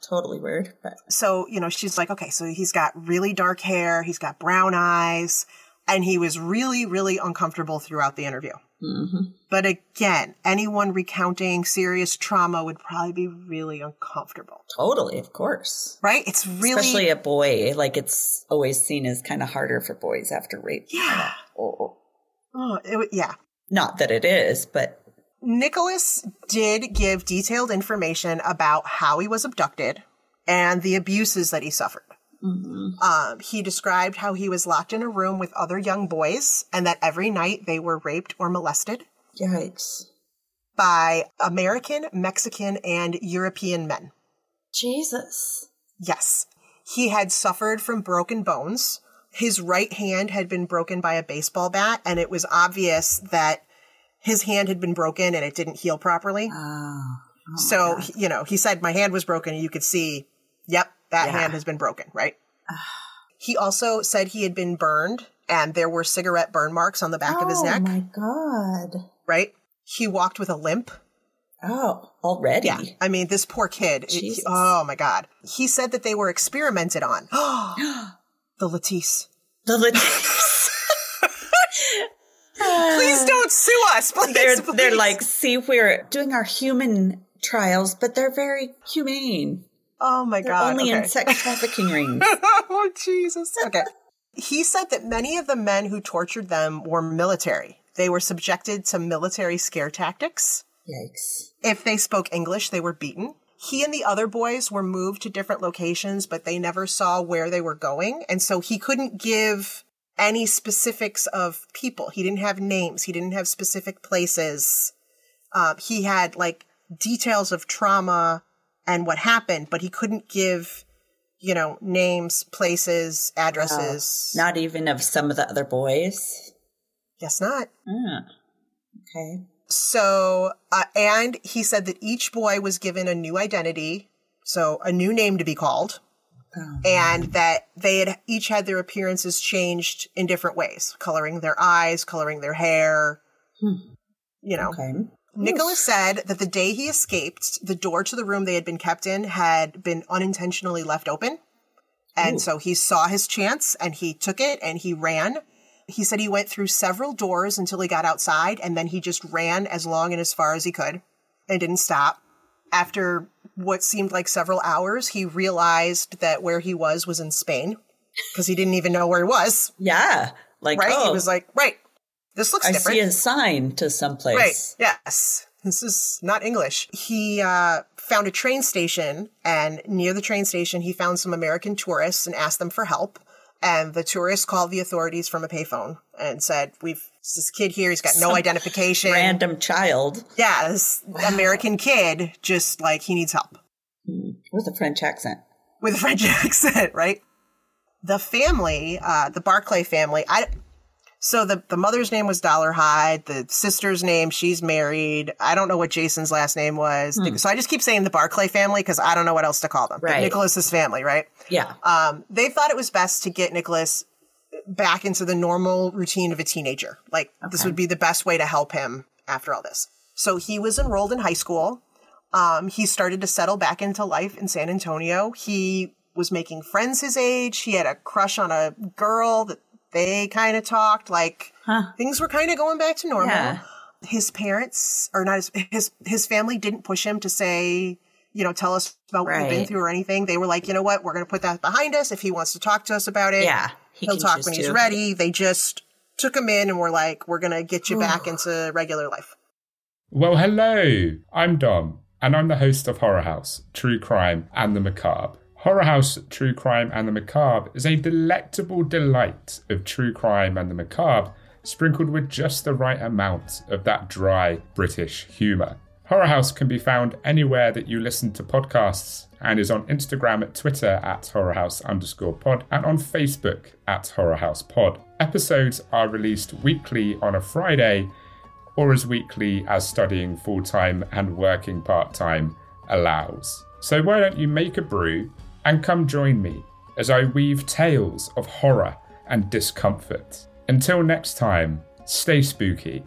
Speaker 2: Totally weird. But
Speaker 3: so. You know, she's like, okay, so he's got really dark hair. He's got brown eyes, and he was really, really uncomfortable throughout the interview.
Speaker 2: Mm-hmm.
Speaker 3: But again, anyone recounting serious trauma would probably be really uncomfortable,
Speaker 2: totally, of course.
Speaker 3: right? It's really,
Speaker 2: Especially a boy. Like it's always seen as kind of harder for boys after rape.
Speaker 3: yeah,
Speaker 2: Oh.
Speaker 3: oh, it, would- yeah.
Speaker 2: Not that it is, but
Speaker 3: Nicholas did give detailed information about how he was abducted and the abuses that he suffered. Um, he described how he was locked in a room with other young boys and that every night they were raped or molested.
Speaker 2: Yikes.
Speaker 3: by American, Mexican, and European men.
Speaker 2: Jesus.
Speaker 3: Yes. He had suffered from broken bones. His right hand had been broken by a baseball bat, and it was obvious that his hand had been broken and it didn't heal properly.
Speaker 2: Oh.
Speaker 3: so, he- you know, he said, My hand was broken. And you could see, yep, that
Speaker 2: Yeah.
Speaker 3: hand has been broken, right? he also said he had been burned and there were cigarette burn marks on the back of his
Speaker 2: oh
Speaker 3: neck,
Speaker 2: my God.
Speaker 3: right? He walked with a limp.
Speaker 2: Oh, already.
Speaker 3: Yeah. I mean, this poor kid. It-
Speaker 2: Jesus.
Speaker 3: oh my God. He said that they were experimented on. the Latisse.
Speaker 2: The Latinx.
Speaker 3: Please don't sue us. Please.
Speaker 2: They're,
Speaker 3: please.
Speaker 2: they're like, see, we're doing our human trials, but they're very humane.
Speaker 3: oh my
Speaker 2: They're
Speaker 3: God.
Speaker 2: only
Speaker 3: okay.
Speaker 2: in sex trafficking rings.
Speaker 3: oh, Jesus. Okay. He said that many of the men who tortured them were military. They were subjected to military scare tactics.
Speaker 2: Yikes.
Speaker 3: If they spoke English, they were beaten. He and the other boys were moved to different locations, but they never saw where they were going. And so he couldn't give any specifics of people. He didn't have names, he didn't have specific places. Uh, he had like details of trauma and what happened, but he couldn't give, you know, names, places, addresses.
Speaker 2: Not even of some of the other boys.
Speaker 3: Guess not.
Speaker 2: Ah, okay.
Speaker 3: So, uh, and he said that each boy was given a new identity, so a new name to be called,
Speaker 2: Oh.
Speaker 3: and that they had each had their appearances changed in different ways, coloring their eyes, coloring their hair.
Speaker 2: Hmm.
Speaker 3: You know,
Speaker 2: Okay.
Speaker 3: Nicholas said that the day he escaped, the door to the room they had been kept in had been unintentionally left open. And
Speaker 2: Ooh.
Speaker 3: so he saw his chance and he took it and he ran. He said he went through several doors until he got outside and then he just ran as long and as far as he could and didn't stop. After what seemed like several hours, he realized that where he was was in Spain because he didn't even know where he was,
Speaker 2: Yeah. Like,
Speaker 3: right?
Speaker 2: oh,
Speaker 3: He was like, right, this looks
Speaker 2: I
Speaker 3: different.
Speaker 2: see a sign to someplace.
Speaker 3: Right. Yes. This is not English. He uh, found a train station, and near the train station, he found some American tourists and asked them for help. And the tourists called the authorities from a payphone and said, "We've it's this kid here. He's got no identification.
Speaker 2: Random child
Speaker 3: Yeah, this American kid just like he needs help."
Speaker 2: with a French accent.
Speaker 3: with a French accent, right? The family, uh, the Barclay family, I so the the mother's name was Dollar Hyde, the sister's name, she's married. I don't know what Jason's last name was. So I just keep saying the Barclay family because I don't know what else to call them. But
Speaker 2: Right.
Speaker 3: Nicholas's family, right?
Speaker 2: Yeah.
Speaker 3: Um, they thought it was best to get Nicholas back into the normal routine of a teenager. Like this would be the best way to help him after all this. So he was enrolled in high school. Um, he started to settle back into life in San Antonio. He was making friends his age. He had a crush on a girl that they kind of talked like
Speaker 2: Huh.
Speaker 3: things were kind of going back to normal.
Speaker 2: Yeah.
Speaker 3: His parents or not his, his his family didn't push him to say, you know, tell us about what you've been
Speaker 2: Right.
Speaker 3: through or anything. They were like, you know what, we're going to put that behind us. If he wants to talk to us about it,
Speaker 2: Yeah. He
Speaker 3: he'll
Speaker 2: can
Speaker 3: talk
Speaker 2: choose
Speaker 3: when he's
Speaker 2: to.
Speaker 3: ready. They just took him in and were like, we're going to get you back into regular life.
Speaker 4: Well, hello. I'm Dom, and I'm the host of Horror House, True Crime, and the Macabre. Horror House, True Crime, and the Macabre is a delectable delight of true crime and the macabre, sprinkled with just the right amount of that dry British humour. Horror House can be found anywhere that you listen to podcasts and is on Instagram at Twitter at horrorhouse underscore pod and on Facebook at Horror House Pod. Episodes are released weekly on a Friday or as weekly as studying full time and working part time allows. So, why don't you make a brew and come join me as I weave tales of horror and discomfort? Until next time, stay spooky.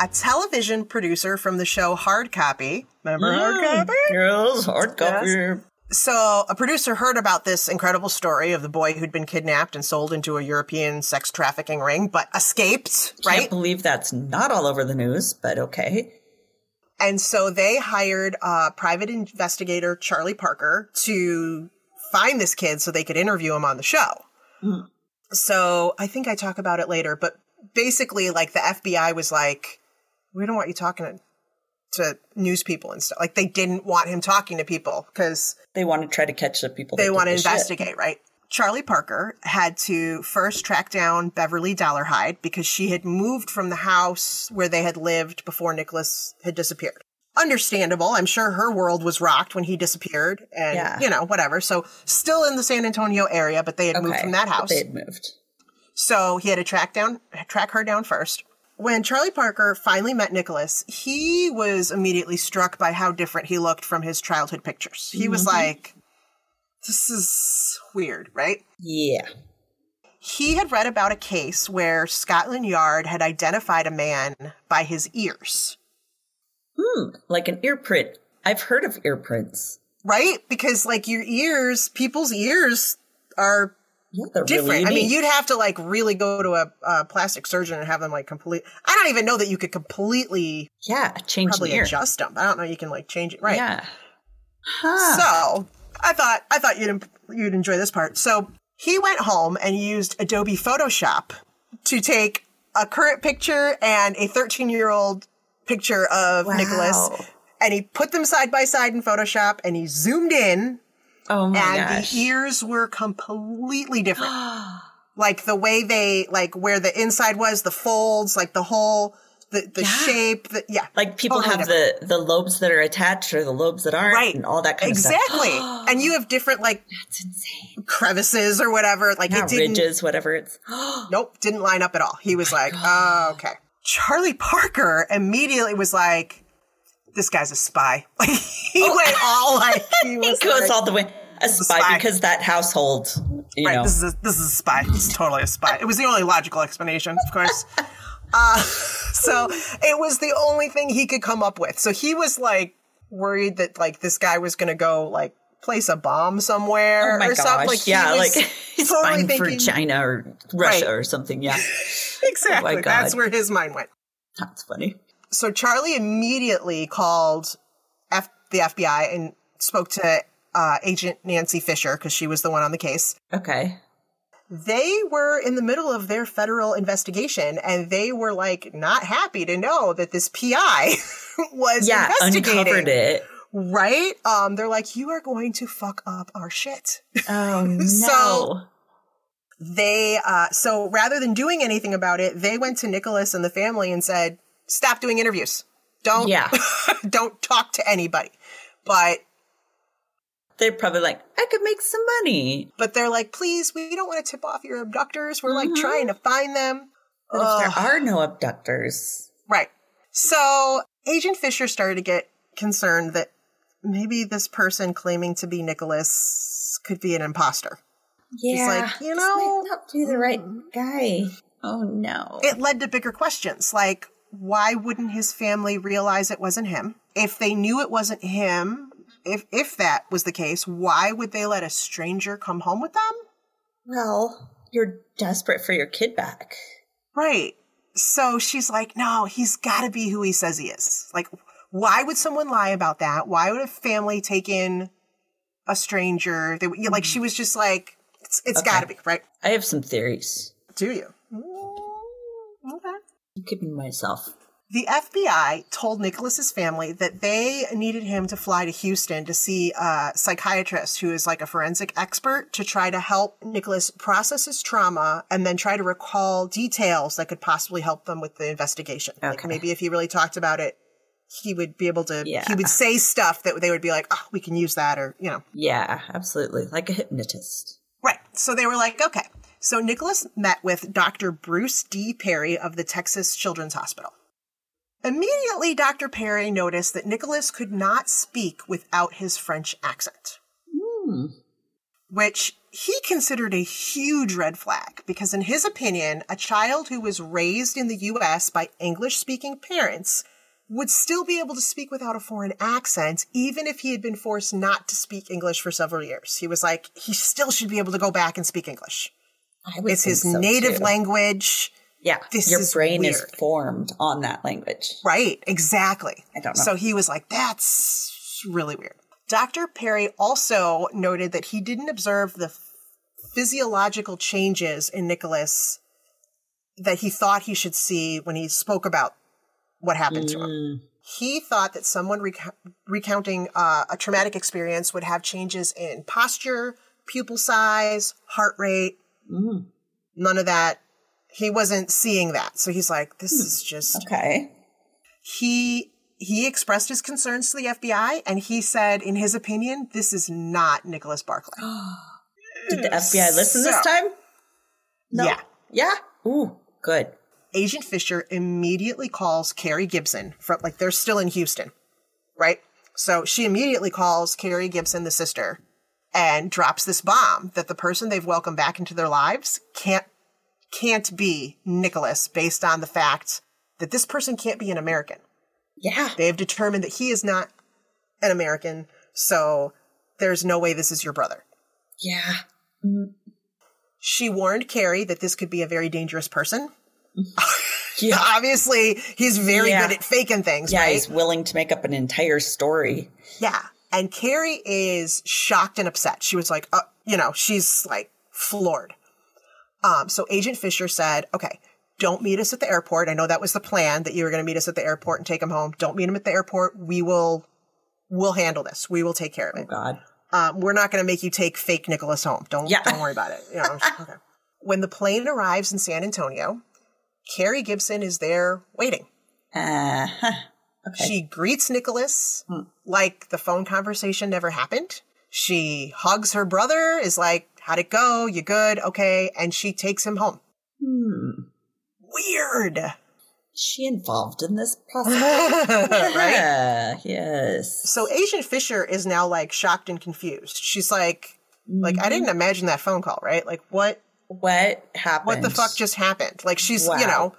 Speaker 3: A television producer from the show Hard Copy, remember Hard
Speaker 2: Mm.
Speaker 3: Copy?
Speaker 2: Girls, hard copy.
Speaker 3: So, a producer heard about this incredible story of the boy who'd been kidnapped and sold into a European sex trafficking ring, but escaped,
Speaker 2: Can't
Speaker 3: right?
Speaker 2: believe that's not all over the news, but okay.
Speaker 3: And so they hired uh, private investigator Charlie Parker to find this kid so they could interview him on the show. So, I think I talk about it later, but basically, like the FBI was like, we don't want you talking to, to news people and stuff. Like, they didn't want him talking to people because
Speaker 2: They want to try to catch the people.
Speaker 3: they
Speaker 2: that
Speaker 3: want to
Speaker 2: did the shit.
Speaker 3: investigate, right? Charlie Parker had to first track down Beverly Dollarhide because she had moved from the house where they had lived before Nicholas had disappeared. Understandable. I'm sure her world was rocked when he disappeared and,
Speaker 2: Yeah.
Speaker 3: you know, whatever. So still in the San Antonio area, but they had moved
Speaker 2: Okay,
Speaker 3: from that
Speaker 2: but
Speaker 3: house.
Speaker 2: They had moved.
Speaker 3: So he had to track down track her down first. When Charlie Parker finally met Nicholas, he was immediately struck by how different he looked from his childhood pictures. He
Speaker 2: Mm-hmm.
Speaker 3: was like, This is weird, right?
Speaker 2: Yeah.
Speaker 3: He had read about a case where Scotland Yard had identified a man by his ears.
Speaker 2: Hmm. Like an ear print. I've heard of ear prints.
Speaker 3: Right? Because like your ears, people's ears are
Speaker 2: Yeah, they're
Speaker 3: different.
Speaker 2: Really
Speaker 3: I mean,
Speaker 2: unique.
Speaker 3: you'd have to like really go to a, a plastic surgeon and have them like complete. I don't even know that you could completely
Speaker 2: yeah, change
Speaker 3: probably
Speaker 2: an ear.
Speaker 3: adjust them. I don't know. You can like change it, right?
Speaker 2: Yeah. Huh.
Speaker 3: So I thought I thought you'd you'd enjoy this part. So he went home and used Adobe Photoshop to take a current picture and a 13 year old picture of
Speaker 2: Wow.
Speaker 3: Nicholas, and he put them side by side in Photoshop, and he zoomed in,
Speaker 2: oh my
Speaker 3: and
Speaker 2: gosh.
Speaker 3: the ears were completely different. like the way they like where the inside was, the folds, like the whole. The, the shape, the, yeah.
Speaker 2: like people
Speaker 3: totally
Speaker 2: have
Speaker 3: different.
Speaker 2: the the lobes that are attached or the lobes that aren't,
Speaker 3: Oh, Right.
Speaker 2: and all that kind of stuff.
Speaker 3: Exactly. and you have different like crevices or whatever. Like
Speaker 2: Yeah,
Speaker 3: it didn't
Speaker 2: ridges, whatever it's.
Speaker 3: nope, didn't line up at all. He was like, oh, okay. Charlie Parker immediately was like, this guy's a spy. Like he went all like he
Speaker 2: He
Speaker 3: was
Speaker 2: goes
Speaker 3: like,
Speaker 2: all the way a spy,
Speaker 3: spy.
Speaker 2: because that household, you
Speaker 3: right,
Speaker 2: know,
Speaker 3: this is a, this is a spy. This is totally a spy. It was the only logical explanation, of course. Uh, so it was the only thing he could come up with. So he was like worried that like this guy was going to go like place a bomb somewhere
Speaker 2: oh my
Speaker 3: or something.
Speaker 2: gosh,
Speaker 3: Like, he
Speaker 2: yeah,
Speaker 3: was
Speaker 2: like he's
Speaker 3: totally
Speaker 2: spying for
Speaker 3: thinking-
Speaker 2: China or Russia
Speaker 3: Right.
Speaker 2: or something. Yeah,
Speaker 3: exactly.
Speaker 2: God.
Speaker 3: That's where his mind went.
Speaker 2: that's funny.
Speaker 3: So Charlie immediately called F- the FBI and spoke to uh, Agent Nancy Fisher because she was the one on the case.
Speaker 2: Okay,
Speaker 3: They were in the middle of their federal investigation and they were like not happy to know that this PI was
Speaker 2: yeah,
Speaker 3: investigating.
Speaker 2: uncovered it.
Speaker 3: Right? Um, they're like, you are going to fuck up our shit.
Speaker 2: Oh no,
Speaker 3: So- They uh, so rather than doing anything about it, they went to Nicholas and the family and said, "Stop doing interviews. Don't
Speaker 2: yeah,
Speaker 3: don't talk to anybody." But
Speaker 2: they're probably like, I could make some money.
Speaker 3: but they're like, please, we don't want to tip off your abductors. We're
Speaker 2: Mm-hmm.
Speaker 3: like trying to find them.
Speaker 2: But if there are no abductors,
Speaker 3: Right. So Agent Fisher started to get concerned that maybe this person claiming to be Nicholas could be an imposter.
Speaker 2: yeah,
Speaker 3: like, you
Speaker 2: this
Speaker 3: know-
Speaker 2: might not be the right guy. Mm. Oh no,
Speaker 3: It led to bigger questions like, why wouldn't his family realize it wasn't him? If they knew it wasn't him, if if that was the case, why would they let a stranger come home with them?
Speaker 2: Well, you're desperate for your kid back.
Speaker 3: Right. So she's like, no, he's got to be who he says he is. Like, why would someone lie about that? Why would a family take in a stranger? They, would- yeah, like, she was just like, it's, it's got to be, right?
Speaker 2: I have some theories.
Speaker 3: Do you? Mm, Okay.
Speaker 2: I'm keeping myself.
Speaker 3: The FBI told Nicholas's family that they needed him to fly to Houston to see a psychiatrist who is like a forensic expert to try to help Nicholas process his trauma and then try to recall details that could possibly help them with the investigation. Like
Speaker 2: Okay.
Speaker 3: maybe if he really talked about it, he would be able to,
Speaker 2: Yeah.
Speaker 3: he would say stuff that they would be like, oh, we can use that or, you know.
Speaker 2: Yeah, absolutely. Like a hypnotist.
Speaker 3: Right. So they were like, okay. So Nicholas met with Dr. Bruce D. Perry of the Texas Children's Hospital. Immediately, Dr. Perry noticed that Nicholas could not speak without his French accent, Hmm. which he considered a huge red flag because, in his opinion, a child who was raised in the U.S. by English speaking parents would still be able to speak without a foreign accent, even if he had been forced not to speak English for several years. He was like, he still should be able to go back and speak English.
Speaker 2: I would
Speaker 3: It's
Speaker 2: think
Speaker 3: his
Speaker 2: so,
Speaker 3: native
Speaker 2: too.
Speaker 3: language.
Speaker 2: Yeah,
Speaker 3: This
Speaker 2: your
Speaker 3: is
Speaker 2: brain is
Speaker 3: weird.
Speaker 2: formed on that language.
Speaker 3: Right, exactly.
Speaker 2: I don't know.
Speaker 3: So he was like, that's really weird. Dr. Perry also noted that he didn't observe the physiological changes in Nicholas that he thought he should see when he spoke about what happened to him.
Speaker 2: Mm.
Speaker 3: He thought that someone rec- recounting uh, a traumatic experience would have changes in posture, pupil size, heart rate,
Speaker 2: Mm,
Speaker 3: none of that. He wasn't seeing that. So he's like,
Speaker 2: Hmm.
Speaker 3: this is just
Speaker 2: okay.
Speaker 3: he he expressed his concerns to the FBI and he said in his opinion this is not Nicholas Barclay.
Speaker 2: Did the FBI listen this
Speaker 3: Hmm. So-
Speaker 2: time? No.
Speaker 3: Yeah.
Speaker 2: Yeah. Ooh, good.
Speaker 3: Agent Fisher immediately calls Carrie Gibson from like they're still in Houston, right? So she immediately calls Carrie Gibson, the sister, and drops this bomb that the person they've welcomed back into their lives can't can't be Nicholas based on the fact that this person can't be an American.
Speaker 2: Yeah.
Speaker 3: They have determined that he is not an American, so there's no way this is your brother.
Speaker 2: Yeah.
Speaker 3: She warned Carrie that this could be a very dangerous person.
Speaker 2: Yeah.
Speaker 3: Obviously, he's very
Speaker 2: Yeah.
Speaker 3: good at faking things,
Speaker 2: Yeah,
Speaker 3: right?
Speaker 2: he's willing to make up an entire story.
Speaker 3: Yeah. And Carrie is shocked and upset. She was like, uh, you know, she's like floored. Um, so Agent Fisher said, okay, don't meet us at the airport. I know that was the plan that you were going to meet us at the airport and take him home. Don't meet him at the airport. We will, we'll handle this. We will take care of it.
Speaker 2: God.
Speaker 3: um, we're not going to make you take fake Nicholas home. Don't
Speaker 2: Yeah.
Speaker 3: don't worry about it. You know, okay. When the plane arrives in San Antonio, Carrie Gibson is there waiting.
Speaker 2: Uh huh.
Speaker 3: She greets Nicholas
Speaker 2: Hmm.
Speaker 3: like the phone conversation never happened. She hugs her brother, is like, "How'd it go? You good? Okay?" And she takes him home.
Speaker 2: Hmm.
Speaker 3: Weird,
Speaker 2: Is she involved in this process?
Speaker 3: right?
Speaker 2: Yeah, yes.
Speaker 3: So Agent Fisher is now like shocked and confused. She's like, "Like
Speaker 2: Mm-hmm.
Speaker 3: I didn't imagine that phone call, right? Like what?"
Speaker 2: What happened?
Speaker 3: what the fuck just happened? Like she's,
Speaker 2: Wow.
Speaker 3: you know.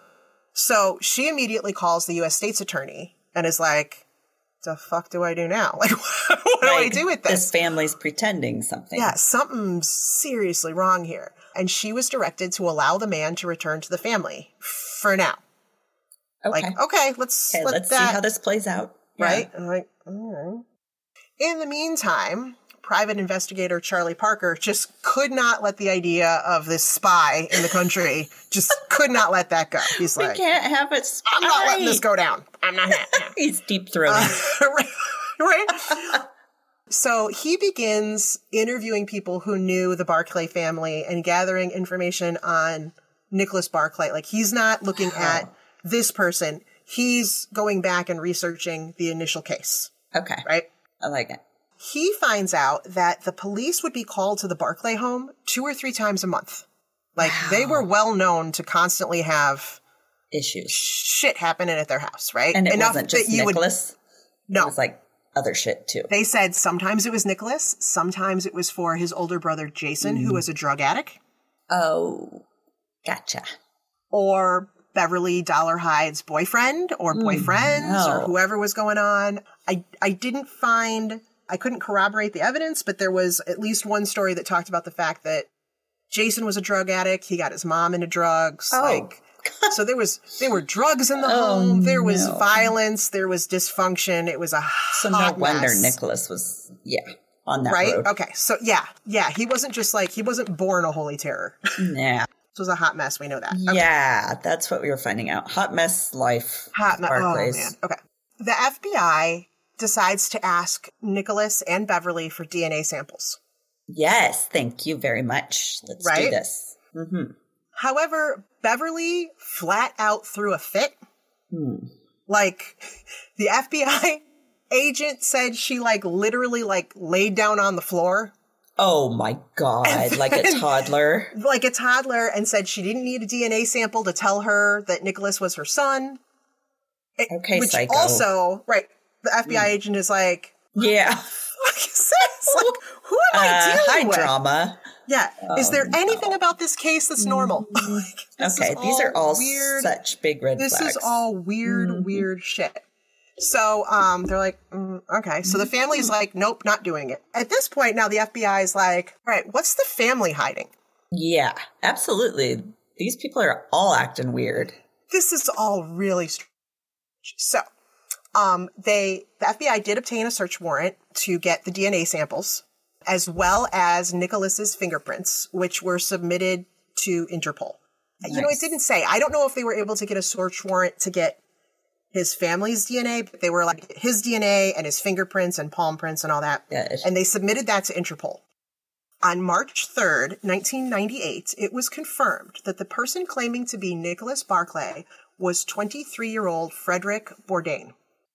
Speaker 3: So she immediately calls the U.S. state's attorney and is like, "The fuck do I do now? Like, what
Speaker 2: Like,
Speaker 3: do I do with this?
Speaker 2: family's pretending something.
Speaker 3: Yeah, something's seriously wrong here." And she was directed to allow the man to return to the family for now.
Speaker 2: Okay.
Speaker 3: Like, okay, let's
Speaker 2: okay,
Speaker 3: let
Speaker 2: let's
Speaker 3: that
Speaker 2: see how this plays out. Yeah.
Speaker 3: right? And I'm like, all right. In the meantime, private investigator Charlie Parker just could not let the idea of this spy in the country just could not let that go. He's
Speaker 2: We
Speaker 3: like,
Speaker 2: can't have it. Spy.
Speaker 3: I'm not letting this go Uh, down. I'm not.
Speaker 2: He's deep throating.
Speaker 3: right? right? So he begins interviewing people who knew the Barclay family and gathering information on Nicholas Barclay. Like he's not looking at this person. He's going back and researching the initial case,
Speaker 2: okay.
Speaker 3: right?
Speaker 2: I like it.
Speaker 3: He finds out that the police would be called to the Barclay home two or three times a month. Like they were well known to constantly have
Speaker 2: Issues.
Speaker 3: shit happening at their house, right?
Speaker 2: And it wasn't just Nicholas.
Speaker 3: would no.
Speaker 2: It was like other shit too.
Speaker 3: They said sometimes it was Nicholas, sometimes it was for his older brother Jason,
Speaker 2: Mm.
Speaker 3: who was a drug addict,
Speaker 2: oh, gotcha.
Speaker 3: or Beverly Dollar Hyde's boyfriend or boyfriends or
Speaker 2: Mm, no.
Speaker 3: whoever was going on. I I didn't find I couldn't corroborate the evidence, but there was at least one story that talked about the fact that Jason was a drug addict. He got his mom into drugs.
Speaker 2: Oh.
Speaker 3: Like so there was there were drugs in the
Speaker 2: Oh,
Speaker 3: home. There was
Speaker 2: no.
Speaker 3: violence. There was dysfunction. It was a
Speaker 2: So
Speaker 3: hot
Speaker 2: no wonder
Speaker 3: mess.
Speaker 2: Nicholas was yeah on that
Speaker 3: right?
Speaker 2: road.
Speaker 3: Okay. So yeah, yeah, he wasn't just like he wasn't born a holy terror. this
Speaker 2: Yeah,
Speaker 3: was a hot mess. We know that. Okay.
Speaker 2: yeah, that's what we were finding out. Hot mess life.
Speaker 3: Hot mess. Oh
Speaker 2: Barclays.
Speaker 3: man. Okay. The FBI decides to ask Nicholas and Beverly for DNA samples.
Speaker 2: Yes, thank you very much. Let's do
Speaker 3: Right?
Speaker 2: this. Mm-hmm.
Speaker 3: However, Beverly flat out threw a fit.
Speaker 2: Hmm.
Speaker 3: Like the FBI agent said she like literally like laid down on the floor
Speaker 2: Oh my god, like a toddler.
Speaker 3: like a toddler and said she didn't need a DNA sample to tell her that Nicholas was her son. It-
Speaker 2: Okay,
Speaker 3: which
Speaker 2: psycho. Mm.
Speaker 3: also right, the FBI agent is like,
Speaker 2: Yeah.
Speaker 3: "What is this? Like, who am
Speaker 2: Uh,
Speaker 3: I
Speaker 2: high
Speaker 3: dealing with?"
Speaker 2: drama. Oh, Mm-hmm.
Speaker 3: Yeah, is there anything about this case that's normal? Like, this is
Speaker 2: okay, these are all
Speaker 3: weird.
Speaker 2: such big red
Speaker 3: This
Speaker 2: flags.
Speaker 3: is all weird,
Speaker 2: Mm-hmm.
Speaker 3: weird shit. So um, they're like, mm, okay. So the
Speaker 2: Mm-hmm.
Speaker 3: family's like, nope, not doing it. At this point, now the FBI is like, all right, what's the family hiding?
Speaker 2: Yeah, absolutely. These people are all acting weird.
Speaker 3: this is all really strange. So, um, they the FBI did obtain a search warrant to get the DNA samples as well as Nicholas's fingerprints, which were submitted to Interpol. You know, it
Speaker 2: Nice.
Speaker 3: didn't say. I don't know if they were able to get a search warrant to get his family's DNA, but they were like his DNA and his fingerprints and palm prints and all that.
Speaker 2: Yeah, it's-
Speaker 3: And they submitted that to Interpol. On March 3rd, 1998, it was confirmed that the person claiming to be Nicholas Barclay was 23 year old Frederick Bourdain.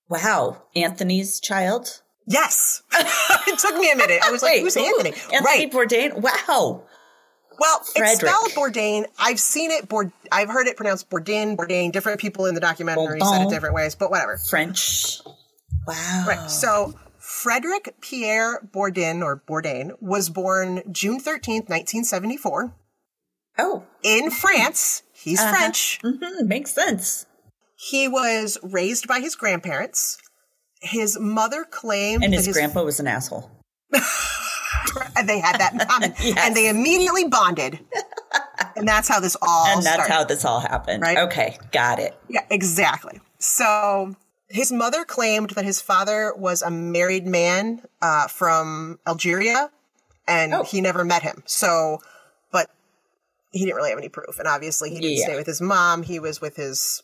Speaker 2: Wow. Anthony's child?
Speaker 3: Yes. it took me a minute. I was like,
Speaker 2: Wait,
Speaker 3: who's
Speaker 2: ooh,
Speaker 3: Anthony?
Speaker 2: Anthony
Speaker 3: right.
Speaker 2: Bourdain? Wow.
Speaker 3: Well, it's
Speaker 2: Frederick.
Speaker 3: spelled Bourdain. I've seen it. Bour- I've heard it pronounced Bourdain, Bourdain. Different people in the documentary said
Speaker 2: Bourdain.
Speaker 3: it different ways, but whatever.
Speaker 2: French. Wow.
Speaker 3: Right. So Frederick Pierre Bourdain or Bourdain was born June 13th, 1974
Speaker 2: Oh,
Speaker 3: in France. He's French.
Speaker 2: hmm makes sense.
Speaker 3: He was raised by his grandparents. His mother claimed
Speaker 2: And
Speaker 3: that
Speaker 2: his grandpa was an asshole.
Speaker 3: and they had that in common.
Speaker 2: Yes.
Speaker 3: And they immediately bonded. and that's how this all
Speaker 2: And that's
Speaker 3: started.
Speaker 2: how this all happened.
Speaker 3: Right.
Speaker 2: Okay, got it.
Speaker 3: yeah, exactly. So his mother claimed that his father was a married man uh, from Algeria and
Speaker 2: Oh.
Speaker 3: he never met him. So, but he didn't really have any proof. And obviously he didn't
Speaker 2: Yeah.
Speaker 3: stay with his mom. He was with his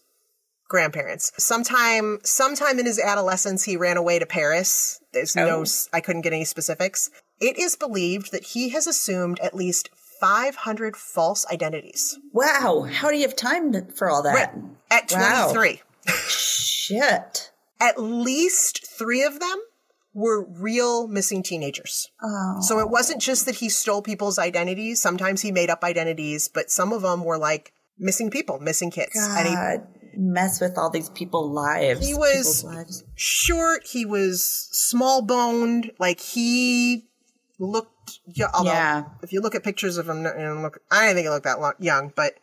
Speaker 3: grandparents. Sometime, sometime in his adolescence, he ran away to Paris. There's no,
Speaker 2: Oh.
Speaker 3: s- I couldn't get any specifics. It is believed that he has assumed at least 500 false identities
Speaker 2: Wow. How do you have time th- for all that?
Speaker 3: at
Speaker 2: Wow.
Speaker 3: 23.
Speaker 2: Shit.
Speaker 3: At least three of them were real missing teenagers. So it wasn't just that he stole people's identities. Sometimes he made up identities, but some of them were like missing people, missing kids. And he
Speaker 2: God, Uh, mess with all these people's lives.
Speaker 3: He was-
Speaker 2: people's lives.
Speaker 3: short. He was small boned. Like he looked. yo- Although,
Speaker 2: Yeah.
Speaker 3: if you look at pictures of him, and look, I didn't think he looked that long, young, but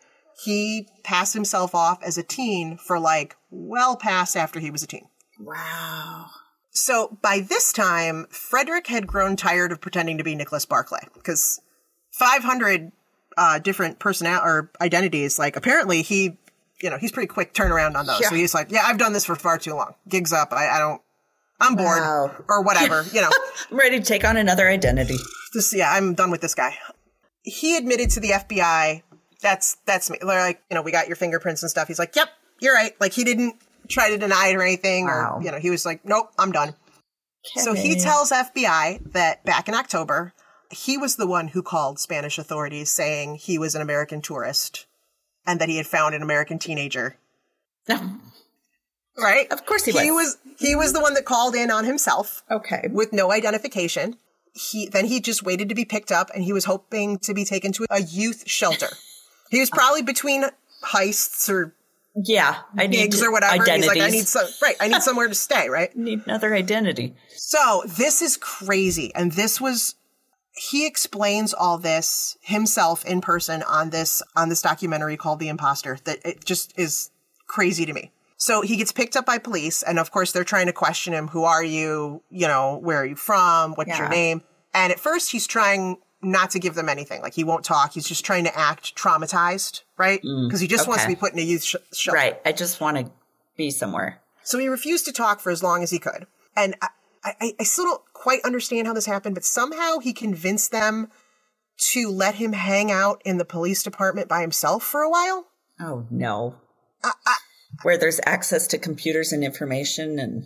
Speaker 3: he passed himself off as a teen for like well past after he was a teen.
Speaker 2: Wow.
Speaker 3: So by this time, Frederick had grown tired of pretending to be Nicholas Barclay because 500 uh, different personal or identities. Like apparently he, you know, he's pretty quick turnaround on those. So he's like, yeah, I've done this for far too long. Gigs up. I, I don't. I'm bored
Speaker 2: Wow.
Speaker 3: or whatever. you know,
Speaker 2: I'm ready to take on another identity.
Speaker 3: just yeah, I'm done with this guy. He admitted to the FBI. That's that's me. They're like, you know, we got your fingerprints and stuff. He's like, yep, you're right. Like he didn't try to deny it or anything.
Speaker 2: Wow.
Speaker 3: Or you know, he was like, nope, I'm done. So he
Speaker 2: Kevin.
Speaker 3: tells FBI that back in October, he was the one who called Spanish authorities saying he was an American tourist and that he had found an American teenager.
Speaker 2: No.
Speaker 3: Right?
Speaker 2: Of course he
Speaker 3: He
Speaker 2: was.
Speaker 3: was he was the one that called in on himself
Speaker 2: Okay.
Speaker 3: with no identification. He then he just waited to be picked up and he was hoping to be taken to a youth shelter. he was probably between heists or
Speaker 2: Yeah. I need
Speaker 3: gigs or whatever. and
Speaker 2: identities.
Speaker 3: He's like, I need some right, I need somewhere to stay, right?
Speaker 2: need another identity.
Speaker 3: So this is crazy. And this was he explains all this himself in person on this on this documentary called The Imposter that it just is crazy to me. So he gets picked up by police and of course they're trying to question him, who are you? You know, where are you from? What's your
Speaker 2: Yeah.
Speaker 3: name? And at first he's trying not to give them anything. Like he won't talk. He's just trying to act traumatized, right? Because he just wants to
Speaker 2: okay.
Speaker 3: be put in a youth sh- shelter.
Speaker 2: Right. I just want to be somewhere.
Speaker 3: So he refused to talk for as long as he could. And I, I, I still don't quite understand how this happened, but somehow he convinced them to let him hang out in the police department by himself for a while.
Speaker 2: Oh no. Where there's access to computers and information and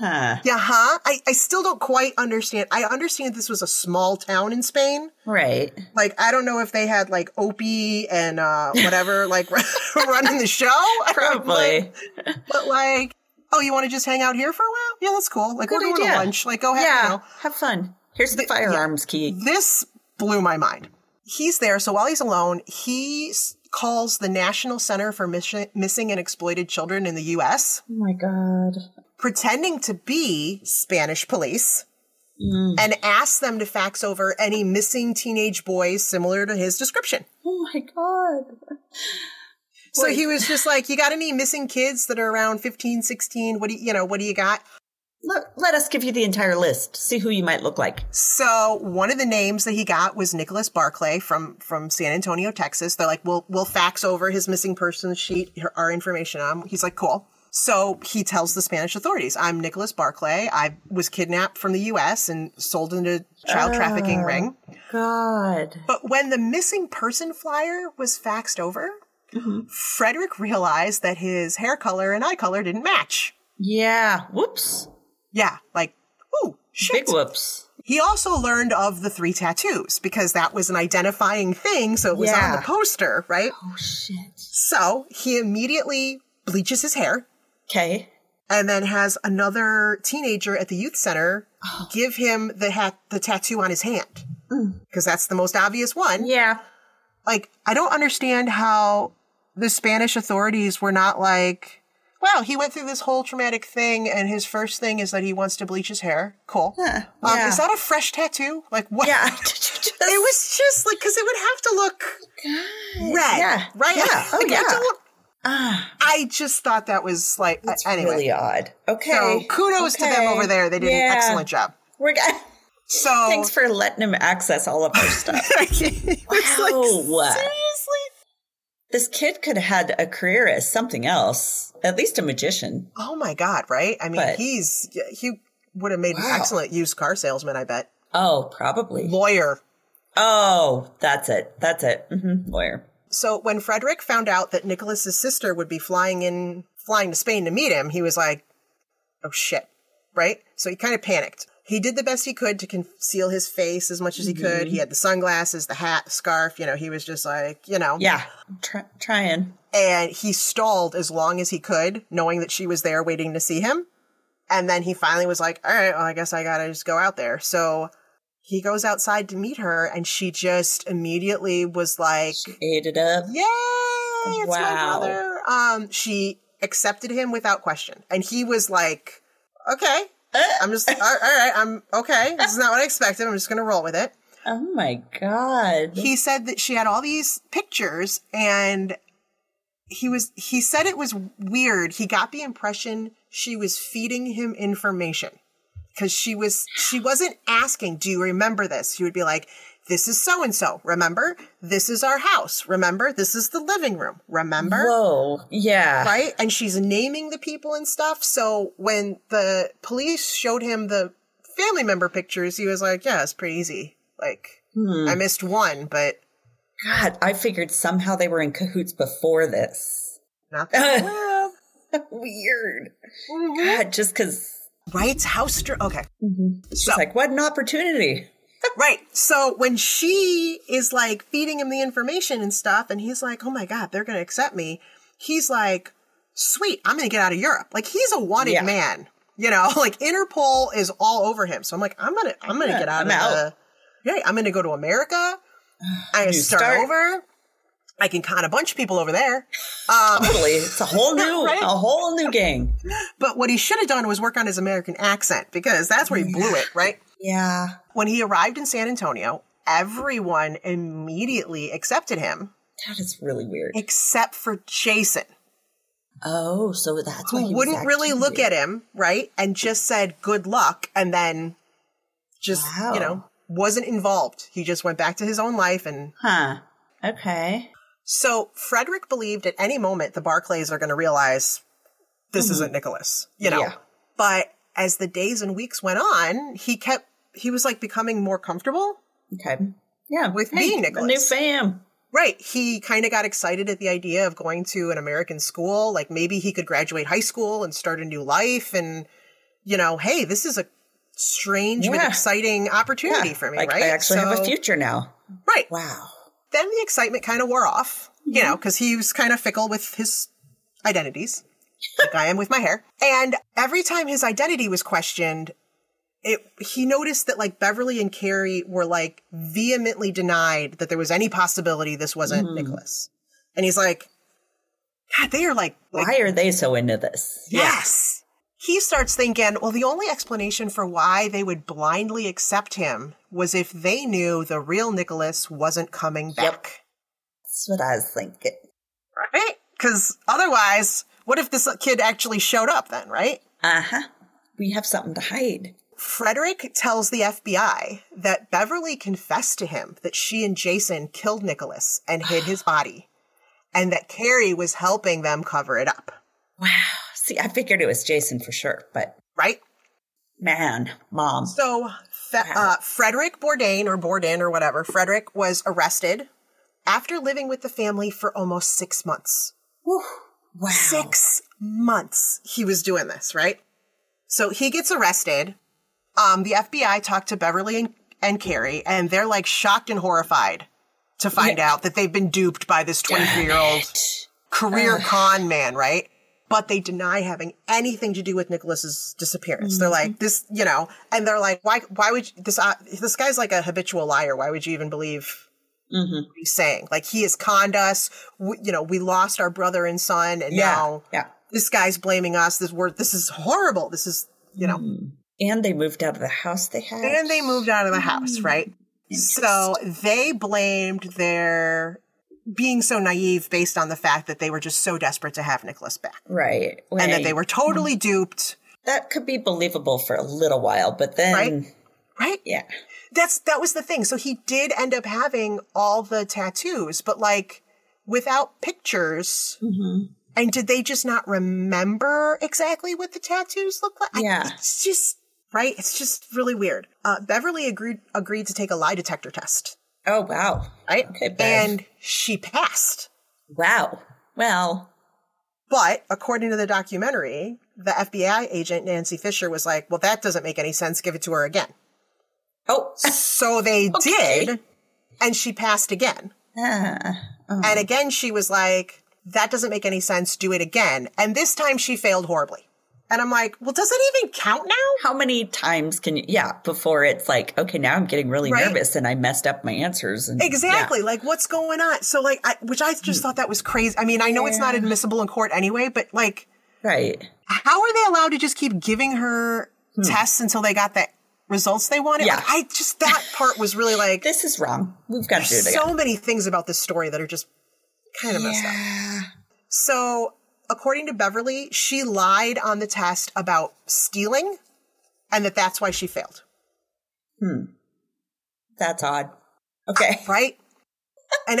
Speaker 2: huh.
Speaker 3: Yeah, huh? I, I still don't quite understand. I understand this was a small town in Spain.
Speaker 2: Right.
Speaker 3: Like, I don't know if they had like Opie and uh, whatever, like running the show. I don't know.
Speaker 2: Probably.
Speaker 3: But like, oh, you want to just hang out here for a while? Yeah, that's cool. Like,
Speaker 2: Good
Speaker 3: we're going
Speaker 2: idea.
Speaker 3: to lunch. Like, go ahead. You
Speaker 2: Yeah.
Speaker 3: know.
Speaker 2: Have fun. Here's the firearms key.
Speaker 3: this blew my mind. He's there, so while he's alone, he s- calls the National Center for Mission- Missing and Exploited Children in the U.S.,
Speaker 2: Oh my god.
Speaker 3: pretending to be Spanish police, and asks them to fax over any missing teenage boys similar to his description.
Speaker 2: Oh my god.
Speaker 3: So he was just like, "You got any missing kids that are around 15, 16? What do you, you know? What do you got?"
Speaker 2: Look, let us give you the entire list. See who you might look like.
Speaker 3: So one of the names that he got was Nicholas Barclay from from San Antonio, Texas. They're like, we'll we'll fax over his missing persons sheet, her- our information on. him." He's like, cool. So he tells the Spanish authorities, "I'm Nicholas Barclay. I was kidnapped from the U.S. and sold into child trafficking ring."
Speaker 2: God.
Speaker 3: But when the missing person flyer was faxed over, Frederick realized that his hair color and eye color didn't match.
Speaker 2: Yeah. Whoops.
Speaker 3: Yeah, like, ooh, shit.
Speaker 2: Big whoops.
Speaker 3: He also learned of the three tattoos because that was an identifying thing, so it was on
Speaker 2: Yeah.
Speaker 3: the poster, right?
Speaker 2: Oh shit.
Speaker 3: So he immediately bleaches his hair
Speaker 2: Okay.
Speaker 3: and then has another teenager at the youth center
Speaker 2: Oh.
Speaker 3: give him the hat, the tattoo on his hand because that's the most obvious one.
Speaker 2: Mm. Yeah.
Speaker 3: Like, I don't understand how the Spanish authorities were not like, wow, he went through this whole traumatic thing, and his first thing is that he wants to bleach his hair. Cool. Um,
Speaker 2: Yeah.
Speaker 3: Is that a fresh tattoo? Like, what?
Speaker 2: Yeah. Did you just-
Speaker 3: It was just like because it would have to look red,
Speaker 2: Yeah.
Speaker 3: right?
Speaker 2: Yeah. Oh,
Speaker 3: Like, I
Speaker 2: yeah.
Speaker 3: don't-
Speaker 2: ah,
Speaker 3: I just thought that was like
Speaker 2: that's
Speaker 3: anyway.
Speaker 2: really odd. Okay.
Speaker 3: So kudos to them
Speaker 2: Okay.
Speaker 3: over there. They did
Speaker 2: Yeah.
Speaker 3: an excellent job.
Speaker 2: We're g-
Speaker 3: So
Speaker 2: Thanks for letting him access all of our stuff.
Speaker 3: it's like,
Speaker 2: Wow.
Speaker 3: seriously.
Speaker 2: this kid could have had a career as something else, at least a magician.
Speaker 3: Oh my god! Right? I mean,
Speaker 2: But-
Speaker 3: he's he would have made an
Speaker 2: Wow.
Speaker 3: excellent used car salesman. I bet
Speaker 2: Oh, probably.
Speaker 3: lawyer.
Speaker 2: Oh, that's it. That's it. hmm Lawyer.
Speaker 3: So when Frederick found out that Nicholas's sister would be flying in, flying to Spain to meet him, he was like, "Oh shit!" Right? So he kind of panicked. He did the best he could to conceal his face as much as he could. He had the sunglasses, the hat, scarf. You know, he was just like, you know,
Speaker 2: Yeah. I'm Try- trying.
Speaker 3: and he stalled as long as he could, knowing that she was there waiting to see him. And then he finally was like, all right, well, I guess I gotta just go out there. So he goes outside to meet her, and she just immediately was like,
Speaker 2: Ate it up.
Speaker 3: Yay, it's my
Speaker 2: Wow.
Speaker 3: brother. Um, she accepted him without question. And he was like, Okay. I'm just all all right, I'm okay. This is not what I expected. I'm just gonna roll with it
Speaker 2: Oh my God.
Speaker 3: he said that she had all these pictures and he was he said it was weird he got the impression she was feeding him information because she was she wasn't asking do you remember this she would be like this is so and so remember this is our house remember this is the living room remember
Speaker 2: Whoa. Yeah.
Speaker 3: right? And she's naming the people and stuff. So when the police showed him the family member pictures, he was like, "Yeah, it's pretty easy. Like, I missed one, but
Speaker 2: God, I figured somehow they were in cahoots before this.
Speaker 3: not that."
Speaker 2: Weird.
Speaker 3: Mhm.
Speaker 2: God, just because
Speaker 3: Right? House dr- okay.
Speaker 2: it's just like, what an opportunity.
Speaker 3: Right. So when she is like feeding him the information and stuff, and he's like, "Oh my god, they're gonna accept me," he's like, "Sweet, I'm gonna get out of Europe." Like he's a wanted
Speaker 2: Yeah.
Speaker 3: man, you know. Like Interpol is all over him. So I'm like, I'm gonna, I'm gonna
Speaker 2: Yeah,
Speaker 3: get out
Speaker 2: I'm
Speaker 3: of
Speaker 2: out.
Speaker 3: the. Yeah, I'm gonna go to America. I can
Speaker 2: New
Speaker 3: start,
Speaker 2: start.
Speaker 3: over. I can con a bunch of people over there. Um,
Speaker 2: Totally. It's a whole new,
Speaker 3: Right?
Speaker 2: a whole new gang.
Speaker 3: but what he should have done was work on his American accent because that's where he blew it, right?
Speaker 2: Yeah.
Speaker 3: When he arrived in San Antonio, everyone immediately accepted him
Speaker 2: That is really weird.
Speaker 3: except for Jason,
Speaker 2: Oh, so that's why he
Speaker 3: who
Speaker 2: was
Speaker 3: wouldn't really
Speaker 2: acting
Speaker 3: look
Speaker 2: weird.
Speaker 3: at him, right? And just said good luck and then just,
Speaker 2: Wow.
Speaker 3: you know, wasn't involved. He just went back to his own life. And
Speaker 2: Huh. Okay.
Speaker 3: so Frederick believed at any moment the Barclays are going to realize this isn't Nicholas, you know?
Speaker 2: Mm-hmm. Yeah.
Speaker 3: But as the days and weeks went on, he kept, he was like becoming more comfortable
Speaker 2: Okay. Yeah.
Speaker 3: With
Speaker 2: hey,
Speaker 3: me,
Speaker 2: a
Speaker 3: Nicholas.
Speaker 2: new fam.
Speaker 3: Right. He kind of got excited at the idea of going to an American school. Like maybe he could graduate high school and start a new life. And, you know, hey, this is a strange but
Speaker 2: Yeah.
Speaker 3: exciting opportunity for me,
Speaker 2: Like,
Speaker 3: right?
Speaker 2: I actually have
Speaker 3: So-
Speaker 2: a future now.
Speaker 3: Right.
Speaker 2: Wow.
Speaker 3: Then the excitement kind of wore off, you know, because he was kind of fickle with his identities, like I am with my hair. And every time his identity was questioned, it, he noticed that like Beverly and Carrie were like vehemently denied that there was any possibility this wasn't Nicholas. And he's like, God, they are like, like
Speaker 2: Why are they so into this?
Speaker 3: yes. He starts thinking, well, the only explanation for why they would blindly accept him was if they knew the real Nicholas wasn't coming back.
Speaker 2: That's what I was thinking.
Speaker 3: Right? Because otherwise, what if this kid actually showed up then, right?
Speaker 2: Uh huh. We have something to hide.
Speaker 3: Frederick tells the FBI that Beverly confessed to him that she and Jason killed Nicholas and hid his body, and that Carrie was helping them cover it up,
Speaker 2: Wow. See, I figured it was Jason for sure, but
Speaker 3: right?
Speaker 2: man, mom.
Speaker 3: So Fe- uh, Frederick Bourdain, or Bourdain, or whatever, Frederick was arrested after living with the family for almost six months.
Speaker 2: Whew. Wow.
Speaker 3: six months he was doing this, right? So he gets arrested. um, the FBI talked to Beverly and, and Carrie, and they're like shocked and horrified to find out that they've been duped by this 23 year old career con man, right? But they deny having anything to do with Nicholas's disappearance. They're like this, you know, and they're like, why? Why would you- this? Uh, this guy's like a habitual liar. Why would you even believe what he's saying? Like he has conned us. We, you know, we lost our brother and son, and
Speaker 2: Yeah.
Speaker 3: now
Speaker 2: Yeah.
Speaker 3: this guy's blaming us. This word, this is horrible. This is, you know,
Speaker 2: And they moved out of the house they had.
Speaker 3: and they moved out of the house,
Speaker 2: Mm-hmm.
Speaker 3: right? So they blamed their being so naive based on the fact that they were just so desperate to have Nicholas back
Speaker 2: Right.
Speaker 3: and that
Speaker 2: right. Mm-hmm.
Speaker 3: they were totally duped,
Speaker 2: That could be believable for a little while, but then.
Speaker 3: Right. right?
Speaker 2: Yeah.
Speaker 3: That's that was the thing. So he did end up having all the tattoos, but like without pictures.
Speaker 2: Mm-hmm.
Speaker 3: And did they just not remember exactly what the tattoos looked like? I-
Speaker 2: Yeah.
Speaker 3: it's just right. It's just really weird. Uh, Beverly agreed agreed to take a lie detector test,
Speaker 2: Oh, wow.
Speaker 3: right?
Speaker 2: Okay, Bev.
Speaker 3: and she passed.
Speaker 2: Wow. Well,
Speaker 3: But according to the documentary, the FBI agent Nancy Fisher was like, "Well, that doesn't make any sense. Give it to her again."
Speaker 2: oh,
Speaker 3: So they
Speaker 2: Okay.
Speaker 3: did, and she passed again.
Speaker 2: ah,
Speaker 3: And again, she was like, that doesn't make any sense. Do it again. And this time she failed horribly. And I'm like, well, does it even count now?
Speaker 2: how many times can you? Yeah, before it's like, okay, now I'm getting really
Speaker 3: Right.
Speaker 2: nervous and I messed up my answers. And,
Speaker 3: Exactly. Like, what's going on? So, like, I, which I
Speaker 2: Hmm.
Speaker 3: just thought that was crazy. I mean, I know it's not admissible in court anyway, but like,
Speaker 2: Yeah, right.
Speaker 3: how are they allowed to just keep giving her tests until they got the results they wanted?
Speaker 2: Hmm. Yeah.
Speaker 3: Like, I just, that part was really like,
Speaker 2: This is wrong. We've got to do it again.
Speaker 3: so many things about this story that are just kind of messed up. So, according to Beverly, she lied on the test about stealing and that that's why she failed,
Speaker 2: That's odd. Okay.
Speaker 3: right? And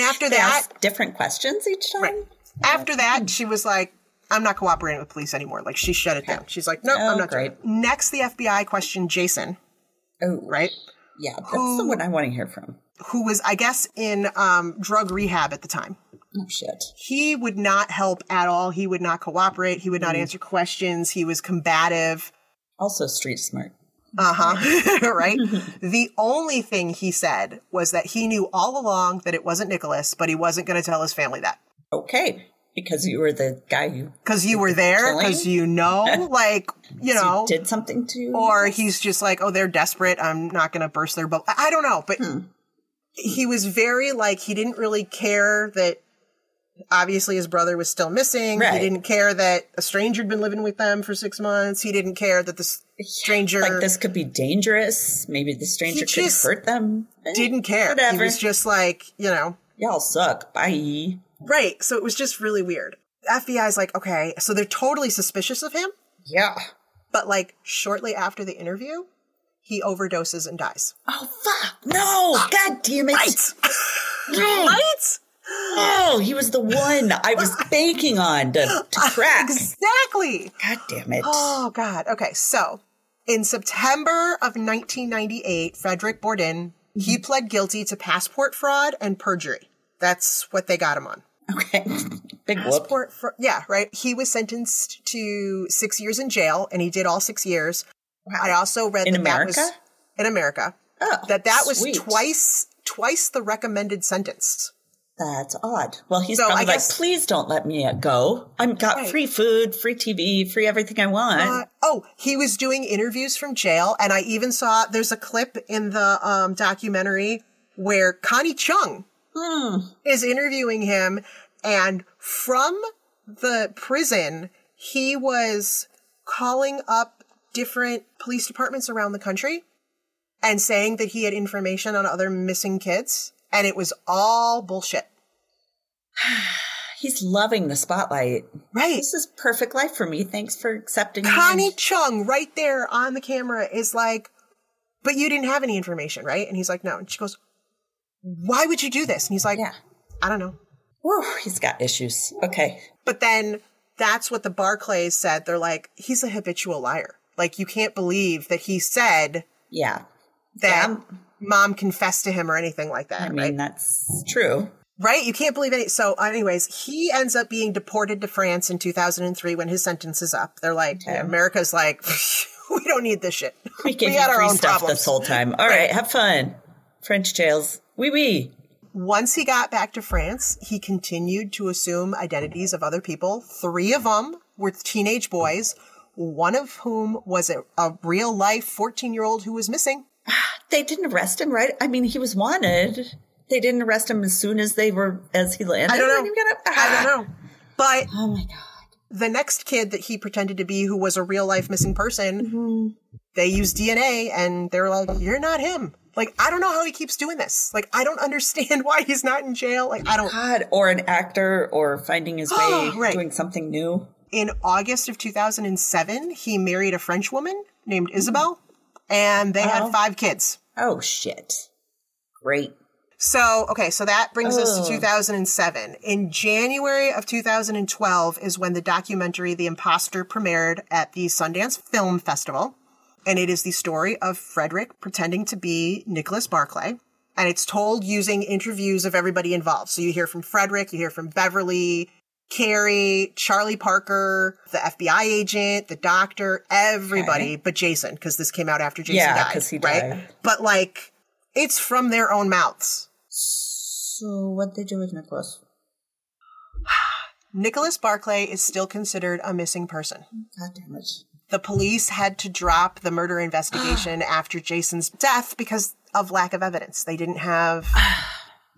Speaker 3: after
Speaker 2: They
Speaker 3: that,
Speaker 2: ask different questions each time.
Speaker 3: right, after that, she was like, I'm not cooperating with police anymore. Like, she shut it down. She's like, no,
Speaker 2: Oh,
Speaker 3: I'm not doing
Speaker 2: great.
Speaker 3: it. Next, the FBI questioned Jason,
Speaker 2: Oh,
Speaker 3: right?
Speaker 2: Yeah, that's the one I want to hear from.
Speaker 3: Who was, I guess, in um, drug rehab at the time.
Speaker 2: Oh shit.
Speaker 3: he would not help at all. He would not cooperate. He would not answer questions. He was combative.
Speaker 2: Also street smart.
Speaker 3: Uh huh. right? the only thing he said was that he knew all along that it wasn't Nicholas, but he wasn't going to tell his family that.
Speaker 2: Okay, because you were the guy who
Speaker 3: Because you were there,
Speaker 2: Killing?
Speaker 3: because you know, like, you know,
Speaker 2: did something to.
Speaker 3: or he's just like, oh, they're desperate. I'm not going to burst their bubble. I I don't know. But
Speaker 2: Hmm.
Speaker 3: he was very like, he didn't really care that obviously his brother was still missing.
Speaker 2: Right.
Speaker 3: He didn't care that a stranger had been living with them for six months. He didn't care that the s- stranger
Speaker 2: like this could be dangerous. Maybe the stranger could
Speaker 3: just
Speaker 2: hurt them. Eh,
Speaker 3: didn't care. He
Speaker 2: Whatever.
Speaker 3: was just like, you know,
Speaker 2: Y'all suck. Bye.
Speaker 3: right. So it was just really weird. FBI's like, okay. So they're totally suspicious of him.
Speaker 2: Yeah.
Speaker 3: But like shortly after the interview, he overdoses and dies.
Speaker 2: Oh fuck! No! God damn it! No.
Speaker 3: Right?
Speaker 2: Oh, he was the one I was banking on to, to crack.
Speaker 3: Exactly.
Speaker 2: God damn it!
Speaker 3: Oh God. Okay. So in September of 1998, Frederick Borden, he
Speaker 2: Mm-hmm.
Speaker 3: pled guilty to passport fraud and perjury. That's what they got him on.
Speaker 2: Okay, big whoop.
Speaker 3: Passport fraud. Yeah. Right. He was sentenced to six years in jail and he did all six years. I also read
Speaker 2: In
Speaker 3: that that was
Speaker 2: America?
Speaker 3: in America
Speaker 2: Oh,
Speaker 3: that that was
Speaker 2: sweet.
Speaker 3: twice, twice the recommended sentence.
Speaker 2: That's odd. Well, he's
Speaker 3: So,
Speaker 2: probably
Speaker 3: I guess-
Speaker 2: like, please don't let me go. I've got
Speaker 3: Right.
Speaker 2: free food, free TV, free everything I want.
Speaker 3: Uh, oh, he was doing interviews from jail, and I even saw there's a clip in the um, documentary where Connie Chung is interviewing him, and from the prison, he was calling up different police departments around the country and saying that he had information on other missing kids, and it was all bullshit.
Speaker 2: he's loving the spotlight.
Speaker 3: Right.
Speaker 2: This is perfect life for me. Thanks for accepting me.
Speaker 3: Connie Chung right there on the camera is like, but you didn't have any information, right? And he's like, no. And she goes, why would you do this? And he's like,
Speaker 2: Yeah.
Speaker 3: I don't know.
Speaker 2: Whew, he's got issues. Okay.
Speaker 3: But then that's what the Barclays said. They're like, he's a habitual liar. Like, you can't believe that he said
Speaker 2: Yeah.
Speaker 3: that
Speaker 2: Yeah.
Speaker 3: mom confessed to him or anything like that,
Speaker 2: I mean,
Speaker 3: right?
Speaker 2: that's true.
Speaker 3: Right? You can't believe any. So, anyways, he ends up being deported to France in 2003 when his sentence is up. They're like, America's like, we don't need this shit.
Speaker 2: We gave you
Speaker 3: got our
Speaker 2: free
Speaker 3: own
Speaker 2: stuff
Speaker 3: problems.
Speaker 2: this whole time. All right, have fun. French jails. Wee wee.
Speaker 3: Once he got back to France, he continued to assume identities of other people. Three of them were teenage boys, one of whom was a, a real life 14 year old who was missing.
Speaker 2: They didn't arrest him, right? I mean, he was wanted. They didn't arrest him as soon as they were as he landed.
Speaker 3: I don't
Speaker 2: When
Speaker 3: know.
Speaker 2: he got up-
Speaker 3: I
Speaker 2: Ah.
Speaker 3: don't know. But
Speaker 2: Oh my god.
Speaker 3: the next kid that he pretended to be, who was a real life missing person, they used DNA and they're like, you're not him. Like, I don't know how he keeps doing this. Like, I don't understand why he's not in jail. Like, I don't.
Speaker 2: God, or an actor, or finding his way,
Speaker 3: Right.
Speaker 2: doing something new.
Speaker 3: In August of 2007, he married a French woman named Isabel, and they had five kids.
Speaker 2: Oh shit! Great.
Speaker 3: So, okay, so that brings us
Speaker 2: Ugh.
Speaker 3: to 2007. In January of 2012 is when the documentary The Imposter premiered at the Sundance Film Festival. And it is the story of Frederick pretending to be Nicholas Barclay. And it's told using interviews of everybody involved. So you hear from Frederick, you hear from Beverly, Carrie, Charlie Parker, the FBI agent, the doctor, everybody but Jason, because this came out after Jason
Speaker 2: Yeah,
Speaker 3: died.
Speaker 2: 'cause he
Speaker 3: right?
Speaker 2: died.
Speaker 3: But like, it's from their own mouths.
Speaker 2: So what they do with Nicholas?
Speaker 3: Nicholas Barclay is still considered a missing person.
Speaker 2: God damn it!
Speaker 3: The police had to drop the murder investigation after Jason's death because of lack of evidence. They didn't have.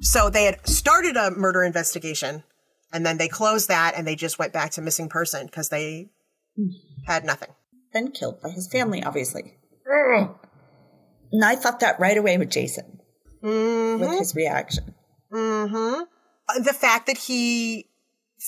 Speaker 3: so they had started a murder investigation and then they closed that and they just went back to missing person because they had nothing.
Speaker 2: Been killed by his family, obviously. Ugh. And I thought that right away with Jason, with his reaction.
Speaker 3: Uh, The fact that he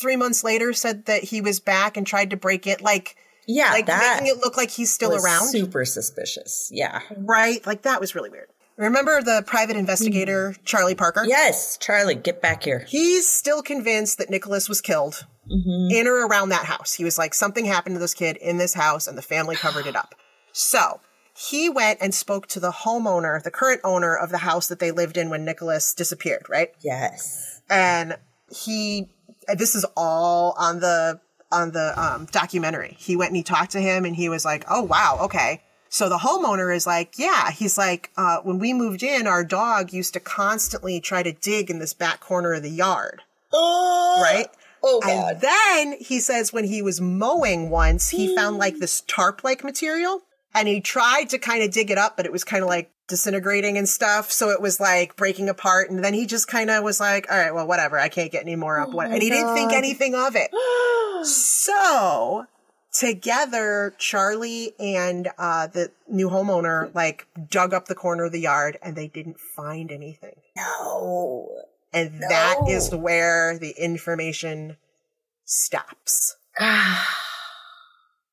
Speaker 3: three months later said that he was back and tried to break it, like,
Speaker 2: Yeah,
Speaker 3: like
Speaker 2: that
Speaker 3: making it look like he's still
Speaker 2: was
Speaker 3: around.
Speaker 2: super suspicious. Yeah.
Speaker 3: Right. Like that was really weird. Remember the private investigator,
Speaker 2: Hmm.
Speaker 3: Charlie Parker?
Speaker 2: Yes, Charlie, get back here.
Speaker 3: He's still convinced that Nicholas was killed in or around that house. He was like, something happened to this kid in this house and the family covered it up. So he went and spoke to the homeowner, the current owner of the house that they lived in when Nicholas disappeared, right?
Speaker 2: Yes.
Speaker 3: and he and this is all on the on the um, documentary he went and he talked to him and he was like oh wow okay so the homeowner is like yeah he's like uh, when we moved in our dog used to constantly try to dig in this back corner of the yard
Speaker 2: Oh,
Speaker 3: right
Speaker 2: Oh
Speaker 3: and then he says when he was mowing once he found
Speaker 2: Mm.
Speaker 3: like this tarp like material and he tried to kind of dig it up but it was kind of like disintegrating and stuff so it was like breaking apart and then he just kind of was like all right well whatever i can't get any more
Speaker 2: Oh,
Speaker 3: up What- and he didn't think anything of it so together charlie and uh, the new homeowner like dug up the corner of the yard and they didn't find anything
Speaker 2: no.
Speaker 3: and that
Speaker 2: No.
Speaker 3: is where the information stops.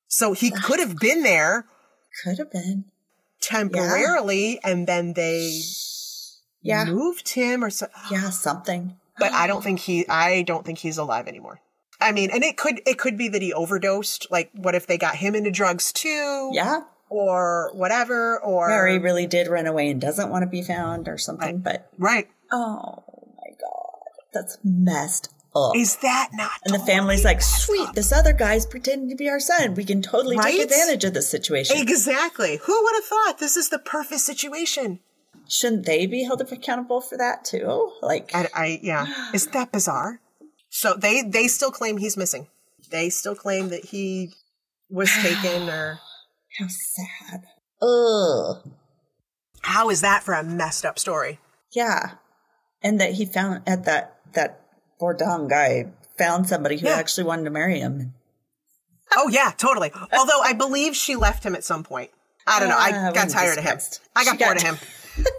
Speaker 3: So he could have been there
Speaker 2: Could have been.
Speaker 3: temporarily and then they
Speaker 2: Yeah.
Speaker 3: moved him or so
Speaker 2: Yeah, something.
Speaker 3: but I don't think he I don't think he's alive anymore. I mean, and it could it could be that he overdosed. Like what if they got him into drugs too?
Speaker 2: Yeah.
Speaker 3: Or whatever or
Speaker 2: Or he really did run away and doesn't want to be found or something, but
Speaker 3: Right.
Speaker 2: oh my God. That's messed up.
Speaker 3: Is that not
Speaker 2: and the family's like, sweet, this other guy's pretending to be our son. We can totally
Speaker 3: Right?
Speaker 2: take advantage of this situation.
Speaker 3: Exactly. Who would have thought this is the perfect situation?
Speaker 2: Shouldn't they be held accountable for that too? Like,
Speaker 3: And I yeah, isn't that bizarre? So they they still claim he's missing. They still claim that he was taken or
Speaker 2: how sad. Ugh.
Speaker 3: how is that for a messed up story?
Speaker 2: Yeah. And that he found at that that Bourdon guy found somebody who
Speaker 3: Yeah.
Speaker 2: actually wanted to marry him.
Speaker 3: Oh yeah, totally. Although I believe she left him at some point. I don't know.
Speaker 2: Ah,
Speaker 3: I
Speaker 2: wouldn't
Speaker 3: got
Speaker 2: be
Speaker 3: tired of him.
Speaker 2: surprised.
Speaker 3: I
Speaker 2: She
Speaker 3: got
Speaker 2: got-
Speaker 3: bored of him.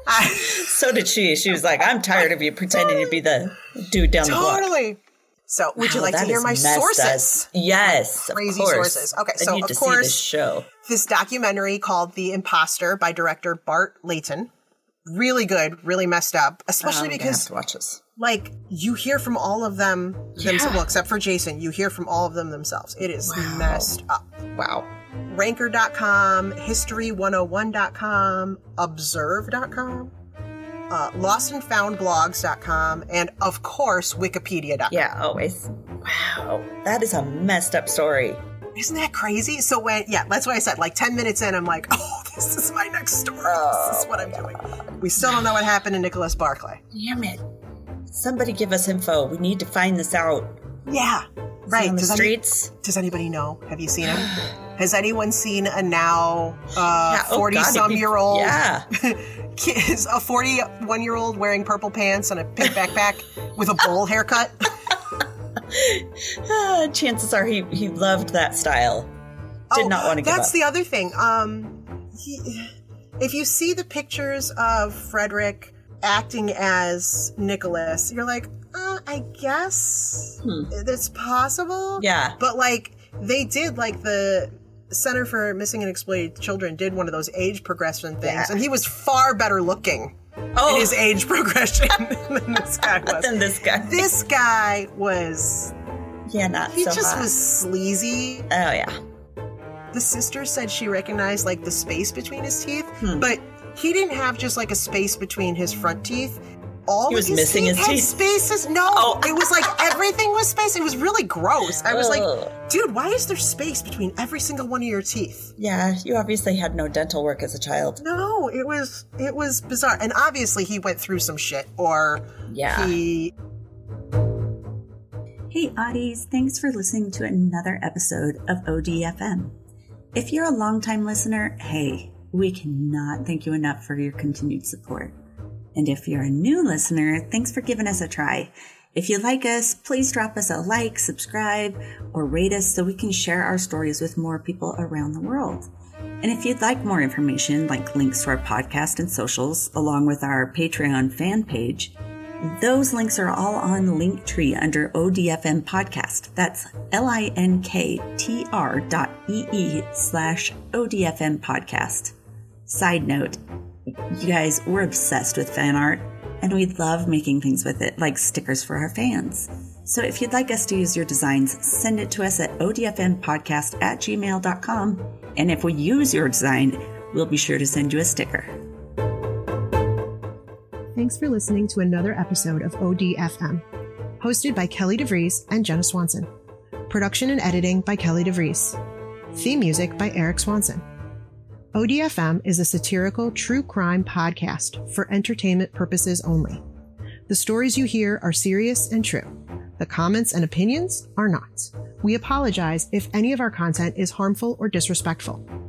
Speaker 3: I,
Speaker 2: So did she. She was like, I'm tired of you pretending to be the dude down the block.
Speaker 3: totally. So would you
Speaker 2: Wow,
Speaker 3: like to
Speaker 2: that
Speaker 3: hear
Speaker 2: is
Speaker 3: my
Speaker 2: messed up.
Speaker 3: sources?
Speaker 2: Yes, of
Speaker 3: Crazy
Speaker 2: course.
Speaker 3: sources. Okay,
Speaker 2: I
Speaker 3: so
Speaker 2: need
Speaker 3: of
Speaker 2: to see
Speaker 3: course-
Speaker 2: this show.
Speaker 3: This documentary called The Imposter by director Bart Layton. Really good, really messed up, especially
Speaker 2: I'm gonna
Speaker 3: because
Speaker 2: have to watch this.
Speaker 3: like you hear from all of them themselves well, except for jason you hear from all of them themselves it is messed up
Speaker 2: Wow.
Speaker 3: ranker.com history101.com observe.com uh, lostandfoundblogs.com and of course wikipedia.com
Speaker 2: Yeah, always. Wow, that is a messed up story.
Speaker 3: Isn't that crazy? So when yeah, that's what I said. Like ten minutes in, I'm like, oh, this is my next story. This is what I'm doing. We still don't know what happened to Nicholas Barclay.
Speaker 5: Damn it. Somebody give us info. We need to find this out.
Speaker 3: Yeah,
Speaker 5: Is he
Speaker 3: right.
Speaker 5: On the
Speaker 3: Does, any-
Speaker 5: streets.
Speaker 3: does anybody know? Have you seen him? Has anyone seen a now uh,
Speaker 5: Yeah, oh God,
Speaker 3: forty
Speaker 5: it'd be-
Speaker 3: some year old?
Speaker 5: Yeah.
Speaker 3: Is a 41 year old wearing purple pants and a pink backpack with a bowl haircut.
Speaker 5: Ah, chances are he, he loved that style. Did not want to give
Speaker 3: Oh, That's
Speaker 5: up.
Speaker 3: the other thing. Um, he, if you see the pictures of Frederick acting as Nicholas, you're like, uh, I guess
Speaker 5: Hmm.
Speaker 3: it's possible.
Speaker 5: Yeah.
Speaker 3: But like they did, like the Center for Missing and Exploited Children did one of those age progression things,
Speaker 5: Yeah.
Speaker 3: and he was far better looking in
Speaker 5: Oh,
Speaker 3: his age progression than this guy was.
Speaker 5: then this guy.
Speaker 3: this guy was
Speaker 5: Yeah, not
Speaker 3: he
Speaker 5: so
Speaker 3: just
Speaker 5: hot.
Speaker 3: was sleazy
Speaker 5: Oh, yeah.
Speaker 3: the sister said she recognized like the space between his teeth
Speaker 5: Hmm.
Speaker 3: but he didn't have just like a space between his front teeth all
Speaker 5: He
Speaker 3: of
Speaker 5: was
Speaker 3: his
Speaker 5: missing
Speaker 3: teeth
Speaker 5: his
Speaker 3: had
Speaker 5: teeth.
Speaker 3: spaces no
Speaker 5: Oh.
Speaker 3: it was like everything was space it was really gross i was like
Speaker 5: Ugh.
Speaker 3: dude why is there space between every single one of your teeth
Speaker 5: Yeah, you obviously had no dental work as a child.
Speaker 3: no it was it was bizarre and obviously he went through some shit or
Speaker 5: Yeah.
Speaker 3: he
Speaker 2: Hey, oddies, thanks for listening to another episode of ODFM. If you're a longtime listener, hey, we cannot thank you enough for your continued support. And if you're a new listener, thanks for giving us a try. If you like us, please drop us a like, subscribe, or rate us so we can share our stories with more people around the world. And if you'd like more information, like links to our podcast and socials, along with our Patreon fan page, those links are all on Linktree under ODFM Podcast. That's L I N K T R dot E E slash ODFM Podcast. Side note, you guys, we're obsessed with fan art and we love making things with it, like stickers for our fans. So if you'd like us to use your designs, send it to us at odfmpodcast at gmail.com. And if we use your design, we'll be sure to send you a sticker.
Speaker 6: Thanks for listening to another episode of ODFM, hosted by Kelly DeVries and Jenna Swanson. Production and editing by Kelly DeVries. Theme music by Eric Swanson. ODFM is a satirical true crime podcast for entertainment purposes only. The stories you hear are serious and true. The comments and opinions are not. We apologize if any of our content is harmful or disrespectful.